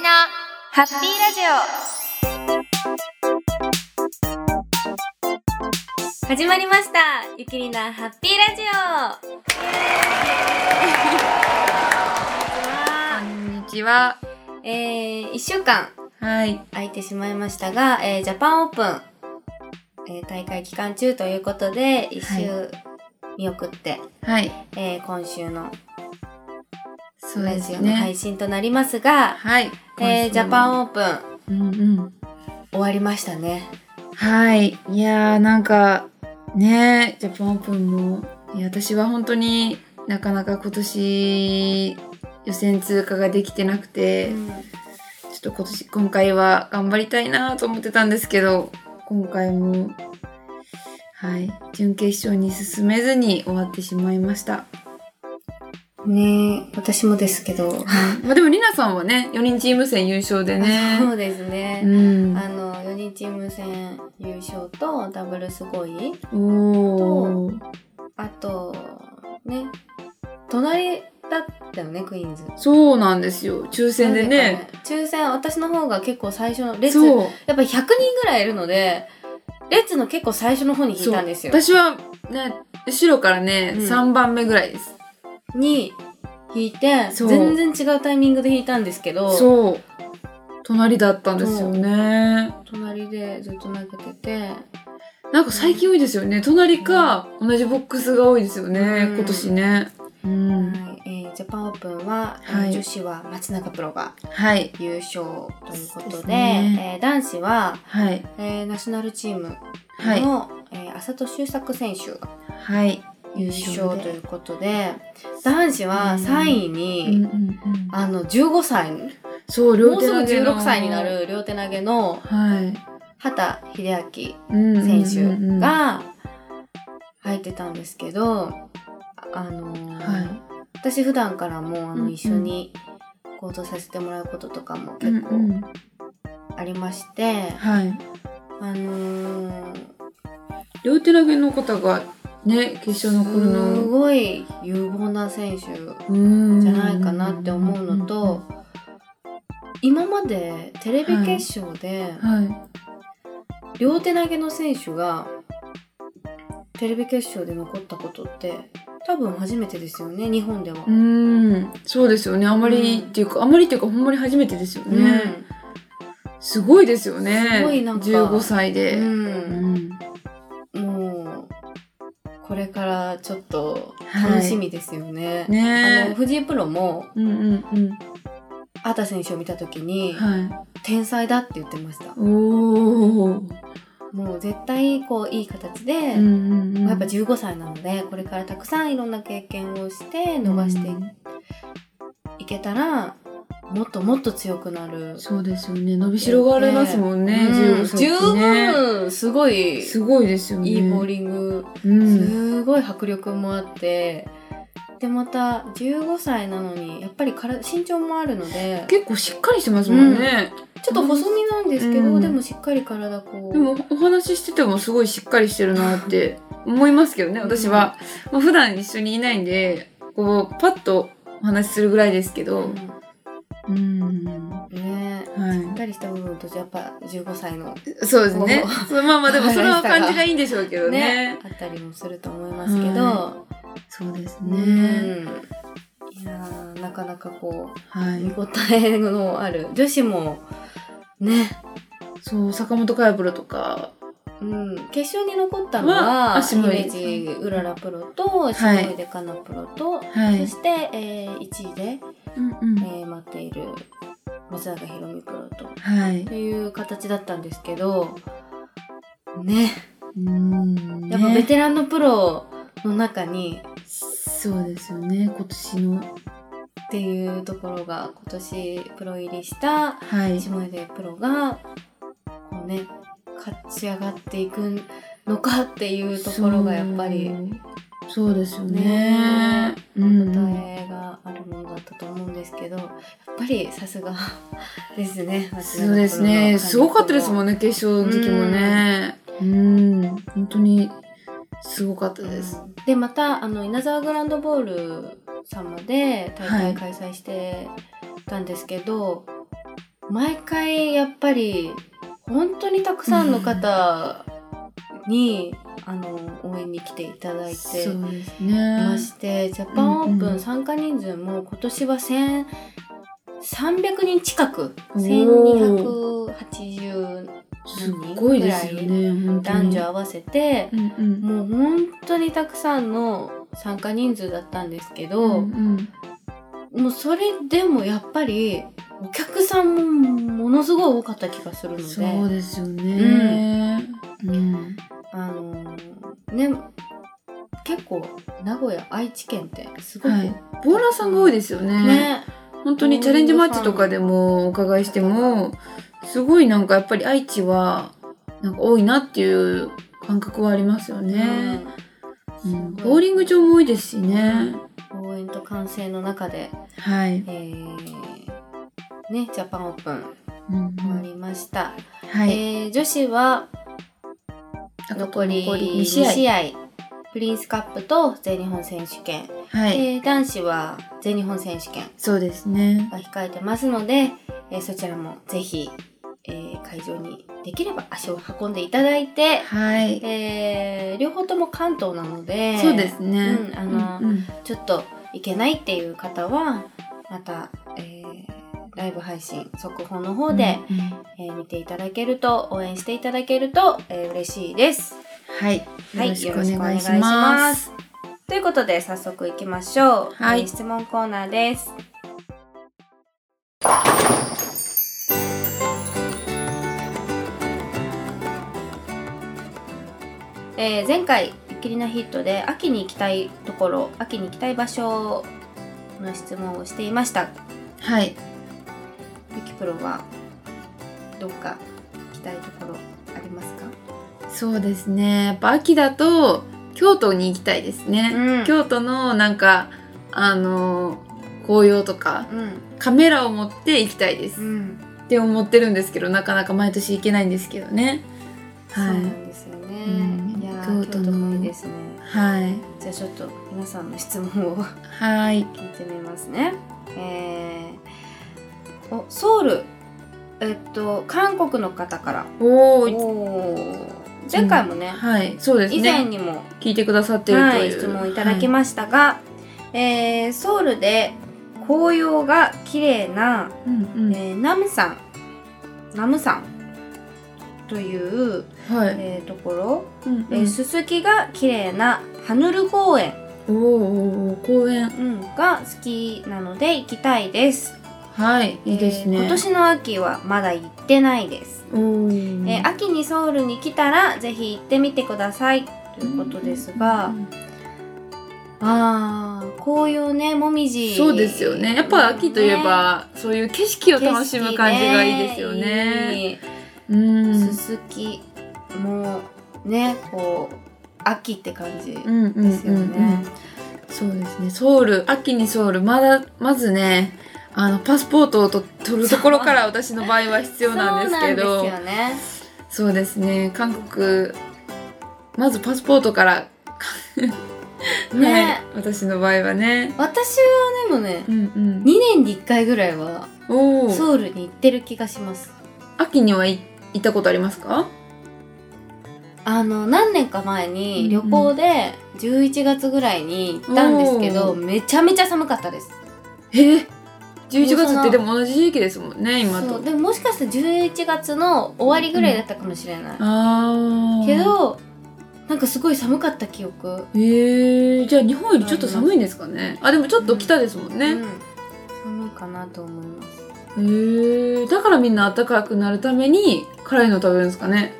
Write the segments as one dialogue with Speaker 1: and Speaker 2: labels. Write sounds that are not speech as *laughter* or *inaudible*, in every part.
Speaker 1: のハッピーラジオ始まりましたゆきりなハッピーラジオ
Speaker 2: こんにちは。
Speaker 1: えー、1週間
Speaker 2: はい。
Speaker 1: 空いてしまいましたが、えージャパンオープン、えー大会期間中ということで1週見送って、
Speaker 2: はい。
Speaker 1: えー今週の
Speaker 2: そう
Speaker 1: ラ
Speaker 2: で
Speaker 1: ジオ
Speaker 2: す
Speaker 1: の
Speaker 2: ね
Speaker 1: 配。信となりますが、
Speaker 2: はい。
Speaker 1: えージャパン
Speaker 2: を。
Speaker 1: オープ
Speaker 2: う
Speaker 1: ン
Speaker 2: んうん。
Speaker 1: 終わりましたね。
Speaker 2: はい。いやー、なんか、ねジャパンオープンも、いや私は本当になかなか今年、予選通過ができてなくて、ちょっと今年、今回は頑張りたいなと思ってたんですけど、今回も、はい。準決勝に進めずに終わってしまいました。
Speaker 1: ねえ私もですけど、
Speaker 2: まあでも、りなさんはね、4人チーム戦優勝でね。
Speaker 1: *laughs* そうですね。
Speaker 2: うん。
Speaker 1: あの4人チーム戦優勝とダブルすごい
Speaker 2: おお。
Speaker 1: あとね隣だったよねクイーンズ
Speaker 2: そうなんですよ。抽選でね。
Speaker 1: なんか抽選私の方が結構最初の列やっ
Speaker 2: そう。
Speaker 1: ぱ100人ぐらいいるので列の結構最初の方に引い
Speaker 2: そう
Speaker 1: たんですよ
Speaker 2: 私はね、後ろからね、
Speaker 1: うん
Speaker 2: 三番目ぐらいです。
Speaker 1: に引いて
Speaker 2: そう
Speaker 1: 全然違うタイミングで引いたんですけど
Speaker 2: そう。隣だったんですよね。
Speaker 1: 隣でずっと投げてて
Speaker 2: なんか最近多いですよね。隣か、同じボックスが多いですよね。
Speaker 1: うん
Speaker 2: 今年ね。うん。
Speaker 1: はいえージャパンオープンは、えー
Speaker 2: はい
Speaker 1: 女子は松中プロが
Speaker 2: はい。
Speaker 1: 優勝ということ
Speaker 2: そ
Speaker 1: で
Speaker 2: うですね
Speaker 1: えー男子は、
Speaker 2: はい。
Speaker 1: えーナショナルチームの、
Speaker 2: はい。
Speaker 1: えー浅戸修作選手が
Speaker 2: はい。
Speaker 1: 優勝とい
Speaker 2: で。
Speaker 1: うことで男子は3位に、
Speaker 2: うんうんうん
Speaker 1: あの15歳
Speaker 2: そう、
Speaker 1: も
Speaker 2: 両
Speaker 1: う
Speaker 2: 手
Speaker 1: すぐ
Speaker 2: 投げの
Speaker 1: 16歳にな。る両手投げの
Speaker 2: はい。
Speaker 1: 畑秀
Speaker 2: うんうんうんう
Speaker 1: 明
Speaker 2: ん
Speaker 1: 選手。が入ってたんですけど、あのー
Speaker 2: は
Speaker 1: 私普段からもあ
Speaker 2: うんう
Speaker 1: の
Speaker 2: ん
Speaker 1: 一緒に行動させてもらうこととか
Speaker 2: い。
Speaker 1: も結
Speaker 2: うんう
Speaker 1: 構
Speaker 2: ん
Speaker 1: ありまして、
Speaker 2: はい。
Speaker 1: あのー
Speaker 2: 両手投げの方がね決勝残る
Speaker 1: す
Speaker 2: の
Speaker 1: ごい有望な選手じ
Speaker 2: うん
Speaker 1: ゃないかなって思うのと、今までテレビ決勝で
Speaker 2: は
Speaker 1: 両手投げの選手がテレビ決勝で残ったことって多分初めてですよね日本では。
Speaker 2: いうんそうですよねあまり、
Speaker 1: うん
Speaker 2: っていうかあまりっていうかほんまに初めてですよ
Speaker 1: うん
Speaker 2: ね、すごいですよね
Speaker 1: すごいなんか
Speaker 2: 15歳で、
Speaker 1: うん
Speaker 2: うん
Speaker 1: もうこれからちょっと
Speaker 2: はい
Speaker 1: 楽しみですよね。あの
Speaker 2: ね
Speaker 1: 藤井プロも
Speaker 2: うんうんうん
Speaker 1: 畑選手を見た時に
Speaker 2: はい
Speaker 1: 天才だって言ってました。
Speaker 2: おお
Speaker 1: もう絶対こういい形で、まあ
Speaker 2: や
Speaker 1: やっぱ15歳なのでこれからたくさんいろんな経験をして伸ばしていけたら、もっともっと強くなる。
Speaker 2: そうですよね伸びしろがありますもんね、
Speaker 1: うん
Speaker 2: 15歳ってね
Speaker 1: 十分すごい
Speaker 2: すごいですよね
Speaker 1: いいボーリング、
Speaker 2: うん、
Speaker 1: すごい迫力もあってでまた15歳なのにやっぱりから身長もあるので
Speaker 2: 結構しっかりしてますもんね、
Speaker 1: ちょっと細身なんですけど、
Speaker 2: うん
Speaker 1: でもしっかり体こう
Speaker 2: でもお話ししててもすごいしっかりしてるなって思いますけどね私は、まあ、普段一緒にいないんでこうパッとお話しするぐらいですけどうんは
Speaker 1: うんねしっかりした部分とやっぱ15歳の
Speaker 2: いそうですね *laughs*
Speaker 1: お
Speaker 2: そうまあまあでもそれは感じがいいんでしょうけど
Speaker 1: ね
Speaker 2: ね
Speaker 1: あったりもすると思いますけど、
Speaker 2: はそうですね、
Speaker 1: うんいやーなかなかこ
Speaker 2: は
Speaker 1: う見
Speaker 2: い
Speaker 1: 応えのある女子もね、
Speaker 2: そう坂本佳代プロとか
Speaker 1: うん、決勝に残ったのは、
Speaker 2: はあ下井
Speaker 1: 姫路うららプロと下井でかなプロと、
Speaker 2: はい
Speaker 1: そして、え1位で、
Speaker 2: うんうん
Speaker 1: えー待っている松坂ひろみプロと
Speaker 2: はい
Speaker 1: という形だったんですけどね
Speaker 2: うん
Speaker 1: やっぱベ
Speaker 2: ね
Speaker 1: テランのプロの中に
Speaker 2: そうですよね今年の
Speaker 1: っていうところが今年プロ入りした
Speaker 2: はい
Speaker 1: 下出プロがこうね勝ち上がっていくのかっていうところがやっぱり
Speaker 2: そうそうですよね
Speaker 1: ね
Speaker 2: うん
Speaker 1: 答
Speaker 2: うん
Speaker 1: えがあるものだったと思うんですけどやっぱりさすがですね
Speaker 2: そうですね。すごかったですも
Speaker 1: ん
Speaker 2: んね、決勝の時もね。うん、本当にすごかったです。
Speaker 1: でまたあの稲沢グランドボール様で大
Speaker 2: は
Speaker 1: 会
Speaker 2: い
Speaker 1: 開催してたんですけど、毎回やっぱり本当にたくさんの方に、あの応援に来ていただいて
Speaker 2: そうです
Speaker 1: ま
Speaker 2: ね。
Speaker 1: して、ジャパンオー
Speaker 2: うん
Speaker 1: プ
Speaker 2: う
Speaker 1: ン
Speaker 2: ん
Speaker 1: 参加人数も今年は1000 300人近く
Speaker 2: おー
Speaker 1: 1280
Speaker 2: すっごいですよね。本当
Speaker 1: 男
Speaker 2: に
Speaker 1: 女合わせて
Speaker 2: う、んうん。
Speaker 1: もう本当にたくさんの参加人数だったんですけ
Speaker 2: う
Speaker 1: ど、
Speaker 2: んうん
Speaker 1: もうそれでもやっぱりお客さんもものすごい多かった気がするので
Speaker 2: そうですよね。うん。
Speaker 1: あのーね結構名古屋愛知県ってすごく、
Speaker 2: はい。ボーラーさんが多いですよね。
Speaker 1: ね
Speaker 2: 本当にチャレンジマッチとかでもお伺いしても、すごいなんかやっぱり愛知は、なんか多いなっていう感覚はありますよね。うんボーリング場も多いですしね。
Speaker 1: うん応援と歓声の中で、
Speaker 2: はい。
Speaker 1: えーね、ジャパンオープン
Speaker 2: うん
Speaker 1: 終わりました、
Speaker 2: はい。
Speaker 1: えー女子は残り
Speaker 2: 残り
Speaker 1: 2
Speaker 2: 2
Speaker 1: 試
Speaker 2: 試
Speaker 1: 合
Speaker 2: 合。
Speaker 1: プリンスカップと全日本選手権、
Speaker 2: はい。
Speaker 1: えー男子は全日本選手権
Speaker 2: そうですね。
Speaker 1: が控えてますので、えーそちらもぜひ、えー会場にできれば足を運んでいただいて、
Speaker 2: はい。
Speaker 1: えー両方とも関東なので
Speaker 2: そうですね。
Speaker 1: うんあの
Speaker 2: うんうん
Speaker 1: ちょっと行けないっていう方はまた、えーライブ配信速報の方で、
Speaker 2: うんうん
Speaker 1: えー見ていただけると応援していただけると、えー嬉しいです。
Speaker 2: はい。よ
Speaker 1: はい
Speaker 2: ろしくお願いします。
Speaker 1: よろしくお願いしますということで早速いきましょう、
Speaker 2: はい
Speaker 1: えー質問コーナーですえー前回「ゆっきりなヒット」で秋に行きたいところ秋に行きたい場所の質問をしていました
Speaker 2: はい。
Speaker 1: ゆきプロはどっか行きたいところありますか
Speaker 2: そうですね。やっぱ秋だと京都に行きたいですね。
Speaker 1: うん
Speaker 2: 京都のなんかあの紅葉とか
Speaker 1: うん、
Speaker 2: カメラを持って行きたいです、
Speaker 1: うん
Speaker 2: って思ってるんですけど、なかなか毎年行けないんですけどね。
Speaker 1: そう
Speaker 2: は。
Speaker 1: ないんですよね。
Speaker 2: うん
Speaker 1: いやー
Speaker 2: 京
Speaker 1: 京都
Speaker 2: 都の
Speaker 1: もいいですね。
Speaker 2: はい。
Speaker 1: じゃあちょっと皆さんの質問を
Speaker 2: はい。
Speaker 1: 聞いてみますね。えー、おソウルえっと韓国の方から。
Speaker 2: おー
Speaker 1: おー前回もね、
Speaker 2: はい。そうです
Speaker 1: 以前
Speaker 2: ね。
Speaker 1: にも、
Speaker 2: 聞いてくださってると、
Speaker 1: はいいう質問いただきましたが、えーソウルで紅葉が綺麗な、
Speaker 2: す。うん
Speaker 1: え
Speaker 2: うん。
Speaker 1: ーナムサンナムサンという、
Speaker 2: はい。
Speaker 1: えーところ
Speaker 2: うんうん
Speaker 1: えー、すすきが綺麗なハヌル公園、
Speaker 2: おーおーおー公園。
Speaker 1: うんが好きなので行きたいです。
Speaker 2: はい。いいですね。
Speaker 1: えー今年の秋はまだ行ってないです。
Speaker 2: おー
Speaker 1: えー秋にソウルに来たらぜひ行ってみてくださいということですが、
Speaker 2: うん
Speaker 1: あー紅葉ねもみじ
Speaker 2: そうですよねやっぱ秋といえば、そういう景色を楽しむ感じがいいですよね。う
Speaker 1: 景色ねいい
Speaker 2: ん
Speaker 1: すすきもねこう秋って感じ
Speaker 2: うんうんうんう
Speaker 1: ですよね
Speaker 2: ん。そうですねソウル秋にソウルまだまずねあのパスポートをと取るところから私の場合は必要なんですけど
Speaker 1: そ
Speaker 2: そうう
Speaker 1: なんですよね。
Speaker 2: ですね韓国まずパスポートから
Speaker 1: ね、
Speaker 2: はい私の場合はね。
Speaker 1: 私はでもね
Speaker 2: うんうん、
Speaker 1: 2年に1回ぐらいは
Speaker 2: おー
Speaker 1: ソウルに行ってる気がします
Speaker 2: 秋にはい行ったことありますか
Speaker 1: あの何年か前に旅行で11月ぐらいに行ったんですけど、
Speaker 2: お
Speaker 1: めちゃめちゃ寒かったです
Speaker 2: えー、11
Speaker 1: もうそ
Speaker 2: 月っ
Speaker 1: の
Speaker 2: てでも同じ時期ですもんね今と
Speaker 1: そう。でももしかしたら11月の終わりぐらいだったかもしれない、
Speaker 2: ああ。
Speaker 1: け。どなんかすごい寒かった記憶
Speaker 2: ええじゃあ日本よりちょっと寒いんですかね。あでもちょっと北ですもん
Speaker 1: う
Speaker 2: ね。
Speaker 1: ん、寒いかなと思います
Speaker 2: へえだからみんな暖かくなるために辛いの食べるんですかね。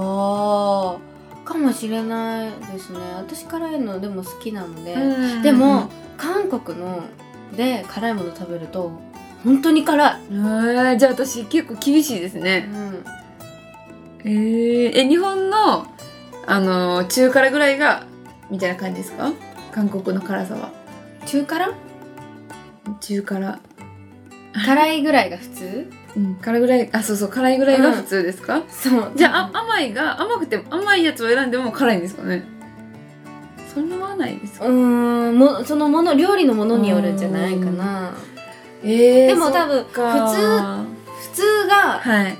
Speaker 1: あーかもしれないですね私辛いのでも好きなので、
Speaker 2: うん
Speaker 1: でも、。韓国ので辛いもの食べると本当に辛
Speaker 2: ええじゃあ私結構厳しいです
Speaker 1: い、
Speaker 2: ね。えええ日本のあの中辛ぐらいがみたいな感じですか？韓国の辛さは
Speaker 1: 中辛
Speaker 2: 中辛。
Speaker 1: 辛いぐらいが普通
Speaker 2: うん、辛ぐらいあそうそう辛いぐらいが普通ですか、
Speaker 1: そう
Speaker 2: じゃああ甘いが甘くて甘いやつを選んでも辛いんですかねそんなはないですか
Speaker 1: うーんもそのもの料理のものによるんじゃないかな
Speaker 2: え
Speaker 1: でも多分
Speaker 2: 普
Speaker 1: 普普通が、
Speaker 2: はい。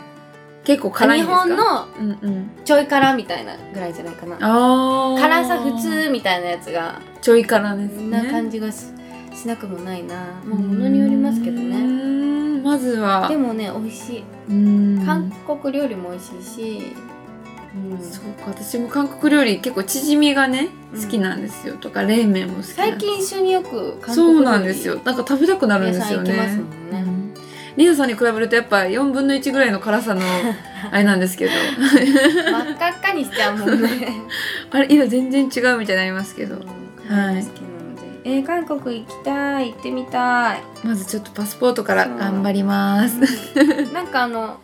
Speaker 2: 結構辛いん
Speaker 1: 日
Speaker 2: ですか
Speaker 1: 本
Speaker 2: う
Speaker 1: の
Speaker 2: んうん。
Speaker 1: ちょい辛みたいなぐらいじゃないかな
Speaker 2: ああ。
Speaker 1: 辛さ普。通みたいなやつが
Speaker 2: ちょい辛です
Speaker 1: そ
Speaker 2: ね。
Speaker 1: んな感じがし,、なくもないなもうものによりますけど
Speaker 2: うー
Speaker 1: ね
Speaker 2: ん。まずは。
Speaker 1: でもね美味しいう
Speaker 2: ーん
Speaker 1: 韓国料理も美味しいし、うん
Speaker 2: そうか私も韓国料理結構チヂミがね
Speaker 1: うん
Speaker 2: 好きなんですよ、とか冷麺も好きな
Speaker 1: 最近一緒によく韓
Speaker 2: そ
Speaker 1: 国
Speaker 2: う
Speaker 1: 料
Speaker 2: なん
Speaker 1: 理
Speaker 2: ですよなんか食べたくなるん
Speaker 1: 屋
Speaker 2: で
Speaker 1: さ
Speaker 2: す
Speaker 1: ん
Speaker 2: よ
Speaker 1: 行き
Speaker 2: ね
Speaker 1: ますもんね、
Speaker 2: うんリナさんに比べるとやっぱ4分の1ぐらいの辛さ
Speaker 1: *laughs*
Speaker 2: のあれなんですけど *laughs*
Speaker 1: 真っ赤っかにしちゃうもんね
Speaker 2: あれ今全然違うみたいになりますけどはい
Speaker 1: 好きなのでえー韓国行きたい行ってみたい
Speaker 2: まずちょっとパスポートから
Speaker 1: そう
Speaker 2: 頑張ります
Speaker 1: なんかあの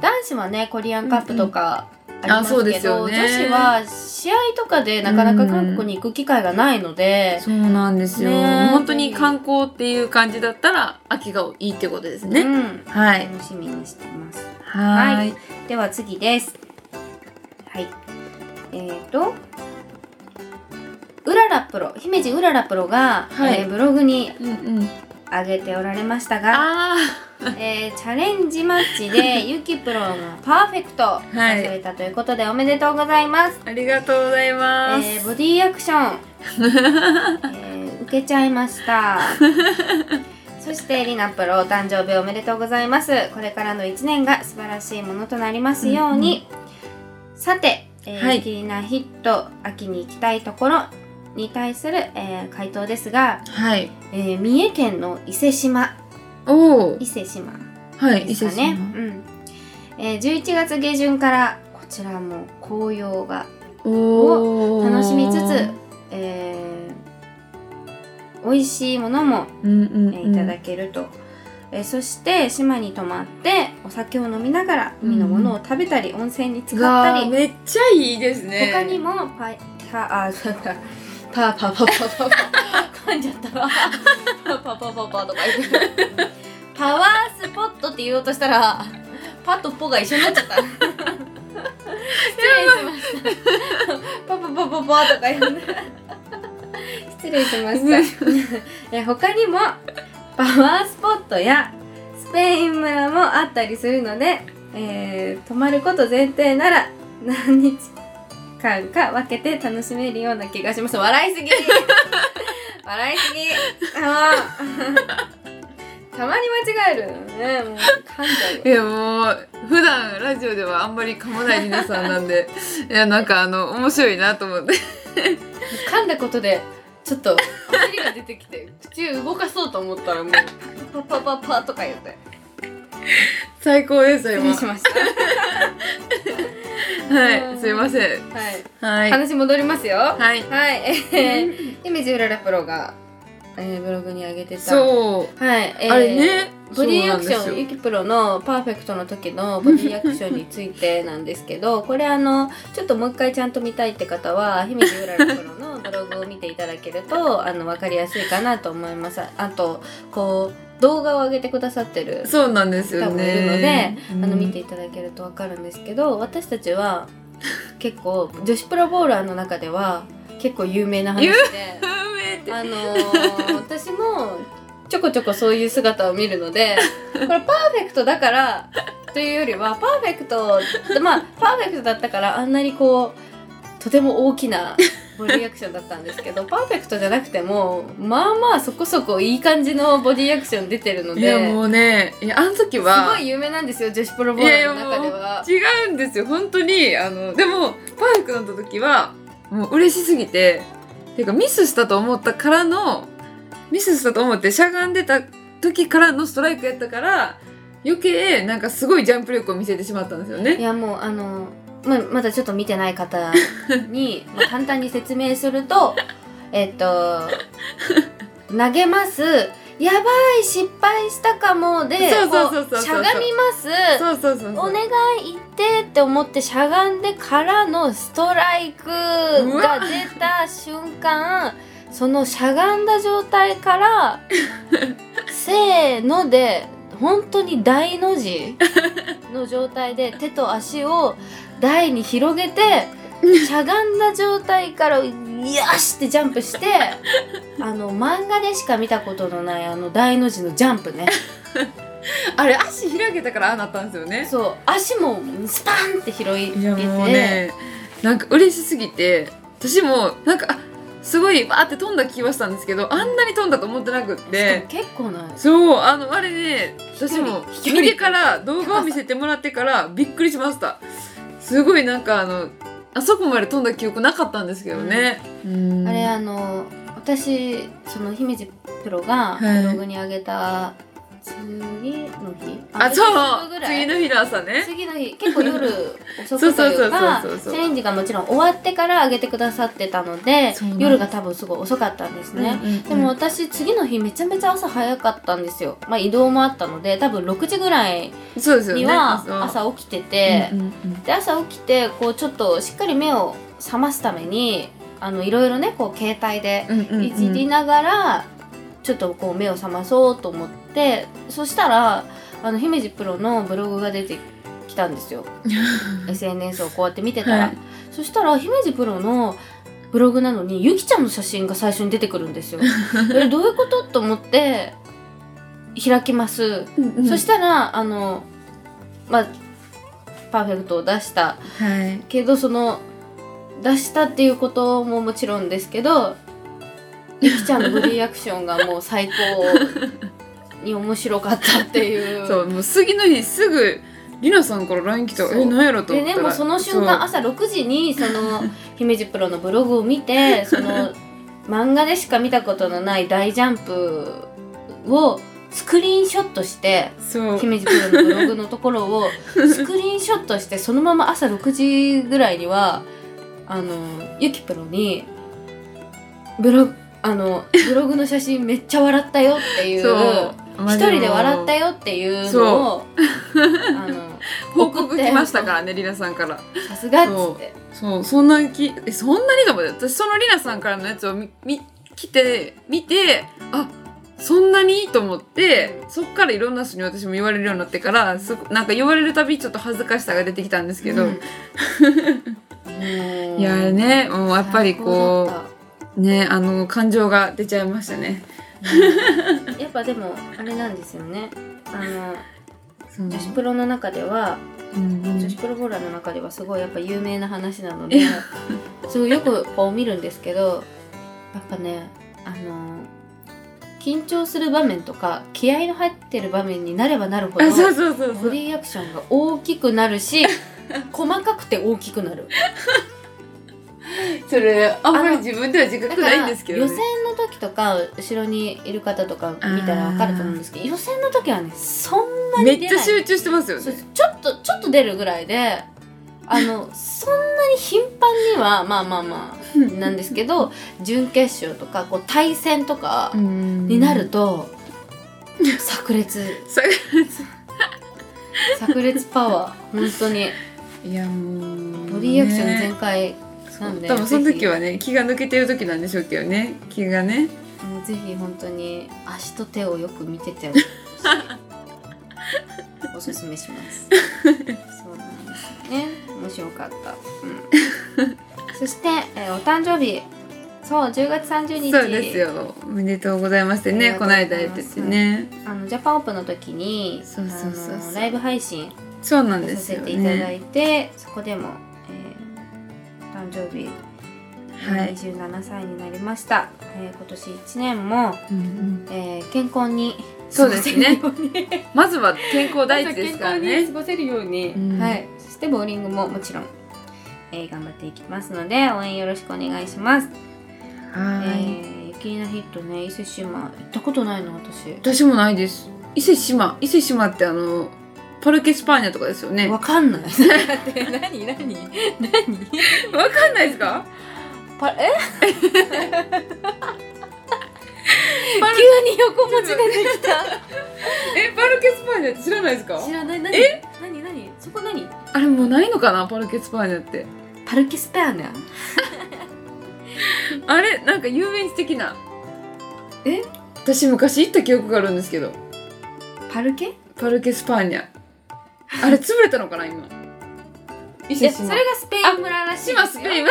Speaker 1: 男子はねコリアンカップとかあり
Speaker 2: あ
Speaker 1: ま
Speaker 2: そう
Speaker 1: す
Speaker 2: で
Speaker 1: け
Speaker 2: す
Speaker 1: ど、
Speaker 2: よね
Speaker 1: 女子は試合とかでなかなか韓国に行く機会がないので、
Speaker 2: そうなんですよ、
Speaker 1: ねえ
Speaker 2: 本当に観光っていう感じだったら秋がいいってことです
Speaker 1: う
Speaker 2: ね、
Speaker 1: ん、
Speaker 2: はい
Speaker 1: 楽しみにしてます
Speaker 2: はーい
Speaker 1: では次ですはいえー、とうららプロ姫路うららプロが、
Speaker 2: はい
Speaker 1: えーブログに
Speaker 2: うんうん
Speaker 1: 上げておられましたが
Speaker 2: あ
Speaker 1: えーチャレンジマッ
Speaker 2: *laughs*
Speaker 1: チでゆきプロがパーフェクトを出されたということで、おめでとうございます、
Speaker 2: ーありがとうございます、
Speaker 1: えーボディアクション、えー受けちゃいました
Speaker 2: *laughs*
Speaker 1: そしてりなプロお誕生日おめでとうございますこれからの1年が素晴らしいものとなりますように、さて、えー
Speaker 2: はい
Speaker 1: キリナヒット秋に行きたいところに対する、えー回答ですが、
Speaker 2: はい
Speaker 1: えー三重県の伊勢島
Speaker 2: おお
Speaker 1: 伊勢島
Speaker 2: はい
Speaker 1: で
Speaker 2: 伊
Speaker 1: す
Speaker 2: 勢
Speaker 1: かね。
Speaker 2: ね
Speaker 1: うんえー、11月下旬からこちらも紅葉が
Speaker 2: おお
Speaker 1: 楽しみつつ、えー、美味しいものも、
Speaker 2: うんうん
Speaker 1: え
Speaker 2: う
Speaker 1: ー
Speaker 2: ん、
Speaker 1: いただけると、えーそして島に泊まってお酒を飲みながら
Speaker 2: うん
Speaker 1: 海のものを食べたり、温泉に浸かった
Speaker 2: が
Speaker 1: り、
Speaker 2: めっちゃいいですね
Speaker 1: 他にもパイパあそうか
Speaker 2: パーパーパーパーパー
Speaker 1: 噛んじゃったらパパパパパとか言ってパワースポットって言おうとしたらパとポが一緒になっちゃった失礼しましたパパパパパとか言って失礼しましたえ他にもパワースポットやスペイン村もあったりするので、えー泊まること前提なら何日間か分けて楽しめるような気がします笑いすぎ笑いすぎあー *laughs* たまに間違えるねもう噛んじゃう
Speaker 2: いやもう普段ラジオではあんまり噛まない皆さんなん
Speaker 1: *laughs*
Speaker 2: でいやなんかあの面白いなと思って
Speaker 1: 噛んだことでちょっと焦りが出てきて *laughs* 口を動かそうと思ったらもうパパパパとか言って
Speaker 2: 最高ですよ
Speaker 1: 失礼
Speaker 2: 今
Speaker 1: しました
Speaker 2: は
Speaker 1: う
Speaker 2: い
Speaker 1: ん
Speaker 2: すいません
Speaker 1: はい
Speaker 2: はい
Speaker 1: 話戻りますよはい、
Speaker 2: はい
Speaker 1: えー、姫路うららプロが、えー、ブログに上げてた
Speaker 2: そう
Speaker 1: はい、えー
Speaker 2: あれね
Speaker 1: ボディアクシ
Speaker 2: そうなん
Speaker 1: ョン
Speaker 2: で
Speaker 1: ゆきプロのパーフェクトの時のボディアクションについてなんですけどこれあのちょっともう一回ちゃんと見たいって方は姫路うららプロのブログを見ていただけるとあの分かりやすいかなと思いますあとこう動画を上げてくださってる
Speaker 2: すよそうなんですよ
Speaker 1: 方もい
Speaker 2: ね
Speaker 1: るので、
Speaker 2: うん
Speaker 1: あの見ていただけると分かるんですけど私たちは結構女子プロボウラーの中では結構有名な話で。
Speaker 2: うんめで
Speaker 1: あ
Speaker 2: *laughs*
Speaker 1: のー私もちょこちょこそういう姿を見る
Speaker 2: *laughs*
Speaker 1: のでこれパーフェクトだからというよりはパーフェクトまあパーフェクトだったからあんなにこうとても大きなボディアクションだったんです
Speaker 2: *laughs*
Speaker 1: けどパーフェクトじゃなくてもまあまあそこそこいい感じのボディアクション出てるの
Speaker 2: いや
Speaker 1: で
Speaker 2: もうねいやあの時
Speaker 1: す
Speaker 2: は
Speaker 1: ごい有名なんですよ女子プロボールの中では。
Speaker 2: 違うんですよ本当にあのでもパーフェクトだった時はもう嬉しすぎてていうかミスしたと思ったからのミスしたと思ってしゃがんでた時からのストライクやったから余計なんかすごいジャンプ力を見せてしまったんですよ
Speaker 1: い
Speaker 2: ね。
Speaker 1: やもうあのままだちょっと見てない方
Speaker 2: *laughs*
Speaker 1: にまあ簡単に説明するとえっと投げますやばい失敗したかもで
Speaker 2: そうそうそうそう
Speaker 1: こしゃがみます
Speaker 2: そうそうそうそう
Speaker 1: お願い行ってって思ってしゃがんでからのストライク
Speaker 2: う
Speaker 1: が
Speaker 2: わ
Speaker 1: 出た瞬間そのしゃがんだ状態から
Speaker 2: *laughs*
Speaker 1: せーので本当に大の字の状態で手と足を台に広げてしゃがんだ状態から「よし!」ってジャンプして
Speaker 2: *laughs*
Speaker 1: あの漫画でしか見たことのないあの大の字のジャンプね。
Speaker 2: あれ足開けたからああなったんですよね
Speaker 1: そう足もスパンって広い
Speaker 2: いやもうねなんか嬉しすぎて私もなんかあすごいバーって飛んだ気はしたんですけどあんなに飛んだと思ってなくっ
Speaker 1: で
Speaker 2: て
Speaker 1: しかも結構ない
Speaker 2: そうあのあれね私も
Speaker 1: 飛距離
Speaker 2: 見てから動画を見せてもらってからびっくりしましたすごいなんかあのあそこまで飛んだ記憶なかったんですけどね、うん
Speaker 1: あれあの私その姫路プロ
Speaker 2: は
Speaker 1: が
Speaker 2: い
Speaker 1: ブログにあげた次の日
Speaker 2: あそう
Speaker 1: 次の日ぐらい
Speaker 2: 次の日の朝ね
Speaker 1: 次の日結構夜遅
Speaker 2: そうそう
Speaker 1: くと
Speaker 2: そう
Speaker 1: いうかチ
Speaker 2: そうそうそう
Speaker 1: ャレンジがもちろん終わってから上げてくださってたので
Speaker 2: そうなんです
Speaker 1: 夜が多分すごい遅かったんですね、
Speaker 2: うんうんうん
Speaker 1: でも私次の日めちゃめちゃ朝早かったんですよ、まあ、移動もあったので多分6時ぐらい
Speaker 2: そうですよね
Speaker 1: には朝起きてて、
Speaker 2: うんうんうん
Speaker 1: で朝起きてこうちょっとしっかり目を覚ますためにあのいろいろねこう携帯で
Speaker 2: うんうんうん
Speaker 1: いじりながら、ちょっとこう目を覚まそうと思ってそしたらあの姫路プロのブログが出てきたんで
Speaker 2: *laughs*
Speaker 1: すよ SNS をこうやって見てたら、
Speaker 2: はい
Speaker 1: そしたら姫路プロのブログなのにゆきちゃんの写真が最初に出てくるんです
Speaker 2: *laughs*
Speaker 1: よ。えどういうことと思って開きます。
Speaker 2: うんうん
Speaker 1: そしたらあのまあパーフェクトを出した
Speaker 2: はい
Speaker 1: けどその出したっていうことももちろんですけどゆきちゃんのボディアクションがもう最高に面白かったってい
Speaker 2: *laughs*
Speaker 1: う。
Speaker 2: そうもう次の日すぐりなさんから LINE 来た
Speaker 1: そう
Speaker 2: え何やろと
Speaker 1: で
Speaker 2: 思った
Speaker 1: ね
Speaker 2: ら
Speaker 1: もうその瞬間朝6時にその姫路プロのブログを見てその漫画でしか見たことのない大ジャンプをスクリーンショットして
Speaker 2: そうそう
Speaker 1: 姫路プロのブログのところ
Speaker 2: *laughs*
Speaker 1: をスクリーンショットしてそのまま朝6時ぐらいにはあのゆきプロにブロあのブログの写真めっちゃ笑ったよっていう
Speaker 2: そう
Speaker 1: 一人で笑った
Speaker 2: よ
Speaker 1: よっていうのをあの
Speaker 2: 報告来ましたからねりなさんから
Speaker 1: さすがっつって
Speaker 2: そうそんなきえそんなにと思って私そのりなさんからのやつを見見来て見てあそんなにと思ってそっからいろんな人に私も言われるようになってからすごなんか言われるたびちょっと恥ずかしさが出てきたんですけど、
Speaker 1: うんもう
Speaker 2: *laughs* いやーねもうやっぱりこ
Speaker 1: 最高だっ
Speaker 2: うねあの感情が出ちゃいましたね。
Speaker 1: たやっぱでもあれなんですよねあの
Speaker 2: そう
Speaker 1: 女子プロの中では
Speaker 2: うんうん
Speaker 1: 女子プロボウラーの中ではすごいやっぱ有名な話なのですごいよくこう見るんですけどやっぱねあの緊張する場面とか気合の入ってる場面になればなるほど
Speaker 2: あそうそうそうそ
Speaker 1: ボ
Speaker 2: う
Speaker 1: ディアクションが大きくな
Speaker 2: *laughs*
Speaker 1: るし細かくて大きくなる
Speaker 2: それあんまり自分では自
Speaker 1: だ
Speaker 2: 覚
Speaker 1: か
Speaker 2: ないん
Speaker 1: ら
Speaker 2: で
Speaker 1: 予
Speaker 2: すけど、ね、
Speaker 1: 選の時とか後ろにいる方とか見たら分かると思うんですけど予選の時はねそんな
Speaker 2: め
Speaker 1: に
Speaker 2: っ
Speaker 1: 出
Speaker 2: ち
Speaker 1: な
Speaker 2: ゃ
Speaker 1: い
Speaker 2: 集中してますよ
Speaker 1: そう
Speaker 2: ね
Speaker 1: ちょっとちょっと出るぐらいであ
Speaker 2: *laughs*
Speaker 1: のそんなに頻繁にはまあまあまあなんですけど準決勝とかこう対戦とかに
Speaker 2: に
Speaker 1: なると、炸裂炸裂パワ
Speaker 2: *laughs*
Speaker 1: ー本当に
Speaker 2: いやもう
Speaker 1: ボディアクション
Speaker 2: ね
Speaker 1: 全開なんで、
Speaker 2: 多分その時はね気が抜けてる時なんでしょうけどね気がね
Speaker 1: うんぜひ本当に足と手をよく見てて
Speaker 2: *laughs*
Speaker 1: おすすめします。そうなんですね。面白かった。うん
Speaker 2: *laughs*
Speaker 1: そして、えーお誕生日、そう10月30日、
Speaker 2: そうですよおめでとうございまして
Speaker 1: あ
Speaker 2: ね
Speaker 1: りがと
Speaker 2: こ
Speaker 1: うご
Speaker 2: の
Speaker 1: ざいます
Speaker 2: 間言っててね
Speaker 1: あのジャパンオープンの時に、
Speaker 2: そうそうそうそう
Speaker 1: あのライブ配信
Speaker 2: そうなんで
Speaker 1: さ
Speaker 2: す
Speaker 1: せ
Speaker 2: よ
Speaker 1: ていただ
Speaker 2: ね
Speaker 1: いて、そこでも、えー誕生日
Speaker 2: はい、
Speaker 1: 27歳になりました。えー今年1年も、
Speaker 2: うんうん
Speaker 1: えー健康に
Speaker 2: そうですね
Speaker 1: 過ごせるように
Speaker 2: まずは健康第一ですから
Speaker 1: 健康
Speaker 2: ね
Speaker 1: に過ごせるように、
Speaker 2: うん
Speaker 1: はい。そしてボウリングももちろん、えー頑張っていきますので応援よろしくお願いします。え
Speaker 2: はい、
Speaker 1: ー、雪りのヒットね伊勢志摩行ったことないの私。
Speaker 2: 私もないです伊勢志摩伊勢志摩ってあのパルケスパーニャとかですよね
Speaker 1: わ
Speaker 2: わ
Speaker 1: かん *laughs* ない。だって何何何？
Speaker 2: かんないですか
Speaker 1: *laughs* パえ？
Speaker 2: パル
Speaker 1: 急に横文字出てきた。
Speaker 2: えパルケスパーニャって知らないです
Speaker 1: *laughs*
Speaker 2: から
Speaker 1: ない何？え？何何？そこ何？
Speaker 2: あれもうないのかなパルケスパーニャって
Speaker 1: パルキスパーニャ。
Speaker 2: あれなんか遊園地的な
Speaker 1: え
Speaker 2: 私昔行った記憶があるんですけど
Speaker 1: パルケ？
Speaker 2: パルケスパーニャあれ潰れたのかな今伊
Speaker 1: いや
Speaker 2: 勢
Speaker 1: そ
Speaker 2: 志
Speaker 1: れ
Speaker 2: 摩
Speaker 1: がスペイン村らしいですよ。
Speaker 2: 島スペイン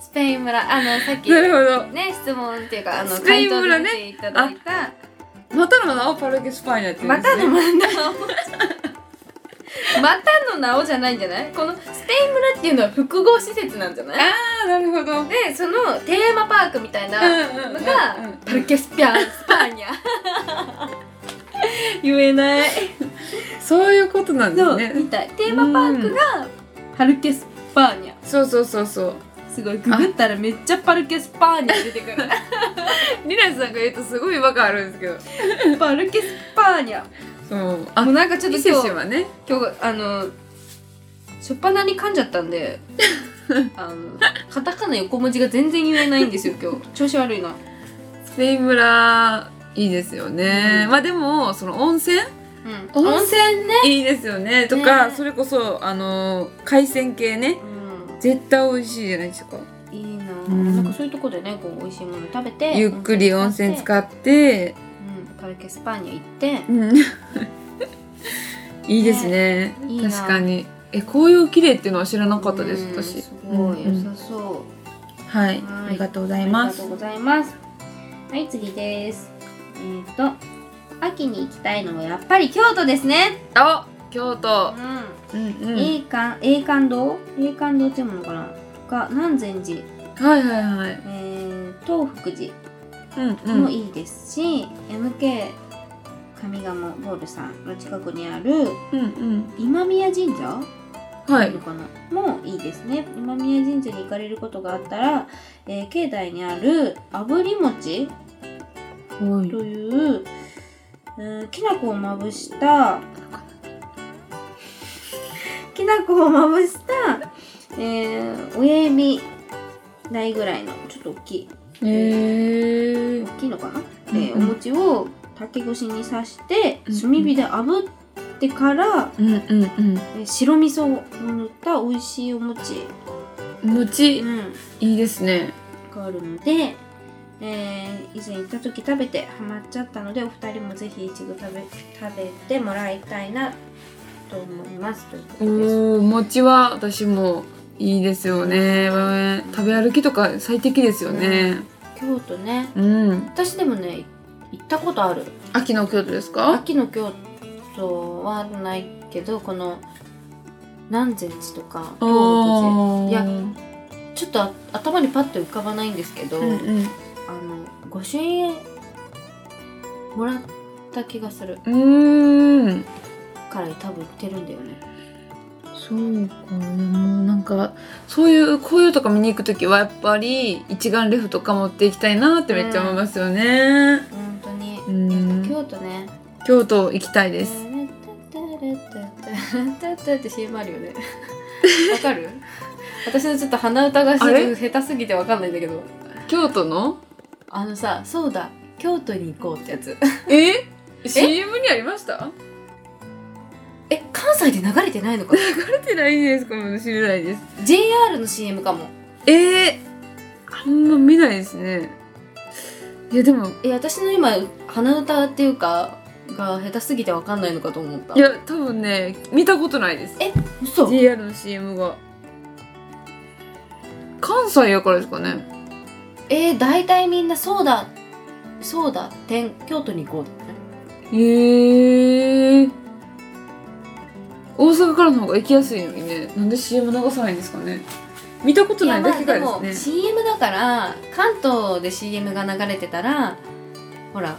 Speaker 1: スペ *laughs* イン村あのさっき
Speaker 2: なるほど
Speaker 1: ね質問っていうかあの
Speaker 2: スペイン村ね
Speaker 1: 回答で見ていただいた
Speaker 2: またの名をパルケスパイナって言うん
Speaker 1: ま
Speaker 2: です、
Speaker 1: た
Speaker 2: ね、
Speaker 1: の名をまたの名をじゃないんじゃないこのスペイン村っていうのは複合施設なんじゃない
Speaker 2: ああなるほどうん
Speaker 1: でそのテーマパークみたいな
Speaker 2: うん
Speaker 1: の
Speaker 2: うん
Speaker 1: が
Speaker 2: うん
Speaker 1: パルケスピャンスパーニャ *laughs* 言えない
Speaker 2: そういうことなんで
Speaker 1: そ
Speaker 2: す
Speaker 1: う、み
Speaker 2: ね
Speaker 1: たいテーマパークがパルケスパーニャ
Speaker 2: そうそうそうそう
Speaker 1: すごいググったらめっちゃパルケスパーニャ出てくる
Speaker 2: リナさんが言うとすごい違和感あるんですけど
Speaker 1: *laughs* パルケスパーニャ
Speaker 2: そう
Speaker 1: もうなんかちょっと
Speaker 2: 伊勢
Speaker 1: 今
Speaker 2: 氏
Speaker 1: 日
Speaker 2: はね
Speaker 1: 今日あの初っ端に噛んじゃったん *laughs* であのカタカナ横文字が全然言えないんですよ今日調子悪いな
Speaker 2: スペイン村いいですよね、
Speaker 1: うん
Speaker 2: まあでもその温泉
Speaker 1: う
Speaker 2: 温
Speaker 1: ん温泉ね
Speaker 2: *laughs* いいですよねとか、
Speaker 1: ね
Speaker 2: それこそあの海鮮系ね絶対美味しいじゃないですか
Speaker 1: いいな、
Speaker 2: ん
Speaker 1: なんかそういうとこでねこう美味しいもの食べて
Speaker 2: ゆっくり温泉
Speaker 1: う、
Speaker 2: 使って、
Speaker 1: うん、パルケスパーニャ行っ
Speaker 2: う
Speaker 1: て
Speaker 2: んいいですね
Speaker 1: ねいいな
Speaker 2: 確かにえ紅葉綺麗っていうのは知らなかったです、
Speaker 1: うん
Speaker 2: 私
Speaker 1: すごい
Speaker 2: うん
Speaker 1: 良さそう、
Speaker 2: はい
Speaker 1: はい
Speaker 2: ありがとうござ
Speaker 1: あ
Speaker 2: い
Speaker 1: りが
Speaker 2: ま
Speaker 1: と
Speaker 2: す
Speaker 1: うございます。はい、次です。えっ、と、秋に行きたいのはやっぱり京都ですね。
Speaker 2: あ京
Speaker 1: う
Speaker 2: 都
Speaker 1: ん。
Speaker 2: うんうん
Speaker 1: 栄冠、栄冠堂栄冠堂っていうものかなが、南禅寺、
Speaker 2: はいはいはい
Speaker 1: えー、東福寺
Speaker 2: うんう
Speaker 1: も
Speaker 2: ん
Speaker 1: いいですし、MK 上賀茂ボールさんの近くにある
Speaker 2: うん
Speaker 1: 今宮神社
Speaker 2: うんは
Speaker 1: ある
Speaker 2: い
Speaker 1: のかなもいいですね今宮神社に行かれることがあったら、えー境内にある炙り餅
Speaker 2: おい
Speaker 1: という、うん、きな粉をまぶしたきな粉をまぶした、えー、親指ないぐらいのちょっと大きい
Speaker 2: へえ
Speaker 1: 大きいのかな、
Speaker 2: うん
Speaker 1: えーお餅を竹串に刺して
Speaker 2: うん
Speaker 1: 炭火で炙ってから、
Speaker 2: うんうん
Speaker 1: えー白味噌を塗った美味しいお餅、
Speaker 2: うん餅
Speaker 1: うん、
Speaker 2: いいですね
Speaker 1: があるので、えー以前行った時食べてハマっちゃったのでお二人もぜひいちご食べ食べてもらいたいなと思いますということです。
Speaker 2: おお餅は私もいいですよね、食べ歩きとか最適ですよね
Speaker 1: 京都ね
Speaker 2: うん、
Speaker 1: 私でもね行ったことある
Speaker 2: 秋の京都ですか
Speaker 1: 秋の京都はないけどこの南禅寺とか東福
Speaker 2: おー
Speaker 1: いや寺ちょっとあ頭にパッと浮かばないんですけど、
Speaker 2: うんうん
Speaker 1: あの御朱印もらった気がする
Speaker 2: うーん
Speaker 1: から多分行ってるんだよね。
Speaker 2: そうかもうなんかそういう紅葉とか見に行くときはやっぱり一眼レフとか持っていきたいなってめっちゃ思いますよね、
Speaker 1: 本当に、
Speaker 2: うん
Speaker 1: やっぱ京都ね
Speaker 2: 京都行きたいです
Speaker 1: タタタタタタタタって CM あるよねわかる私のちょっと鼻歌がし
Speaker 2: あれ
Speaker 1: 下手すぎてわかんないんだけど
Speaker 2: 京都の
Speaker 1: あのさそうだ京都に行こうってやつ
Speaker 2: え CM にありました
Speaker 1: え関西で流れてないのか
Speaker 2: 出
Speaker 1: な
Speaker 2: てないですかもしれないです
Speaker 1: JR の CM かも
Speaker 2: ええあんま見ないですね。いやでも、
Speaker 1: え私の今鼻歌っていうかが下手すぎてわかんないのかと思った
Speaker 2: いや多分ね、見たことないです。
Speaker 1: 嘘
Speaker 2: JR の CM が。関西やからですかね。
Speaker 1: えー、大体みんなそうだそうだ天京都に行こうって
Speaker 2: へえ大阪からの方が行きやすいのにね、なんで CM 流さないんですかね。見たこと
Speaker 1: い
Speaker 2: な
Speaker 1: や
Speaker 2: い
Speaker 1: ま
Speaker 2: だ
Speaker 1: あ
Speaker 2: け
Speaker 1: で
Speaker 2: が
Speaker 1: も
Speaker 2: ですね。
Speaker 1: CM だから関東で CM が流れてたらほら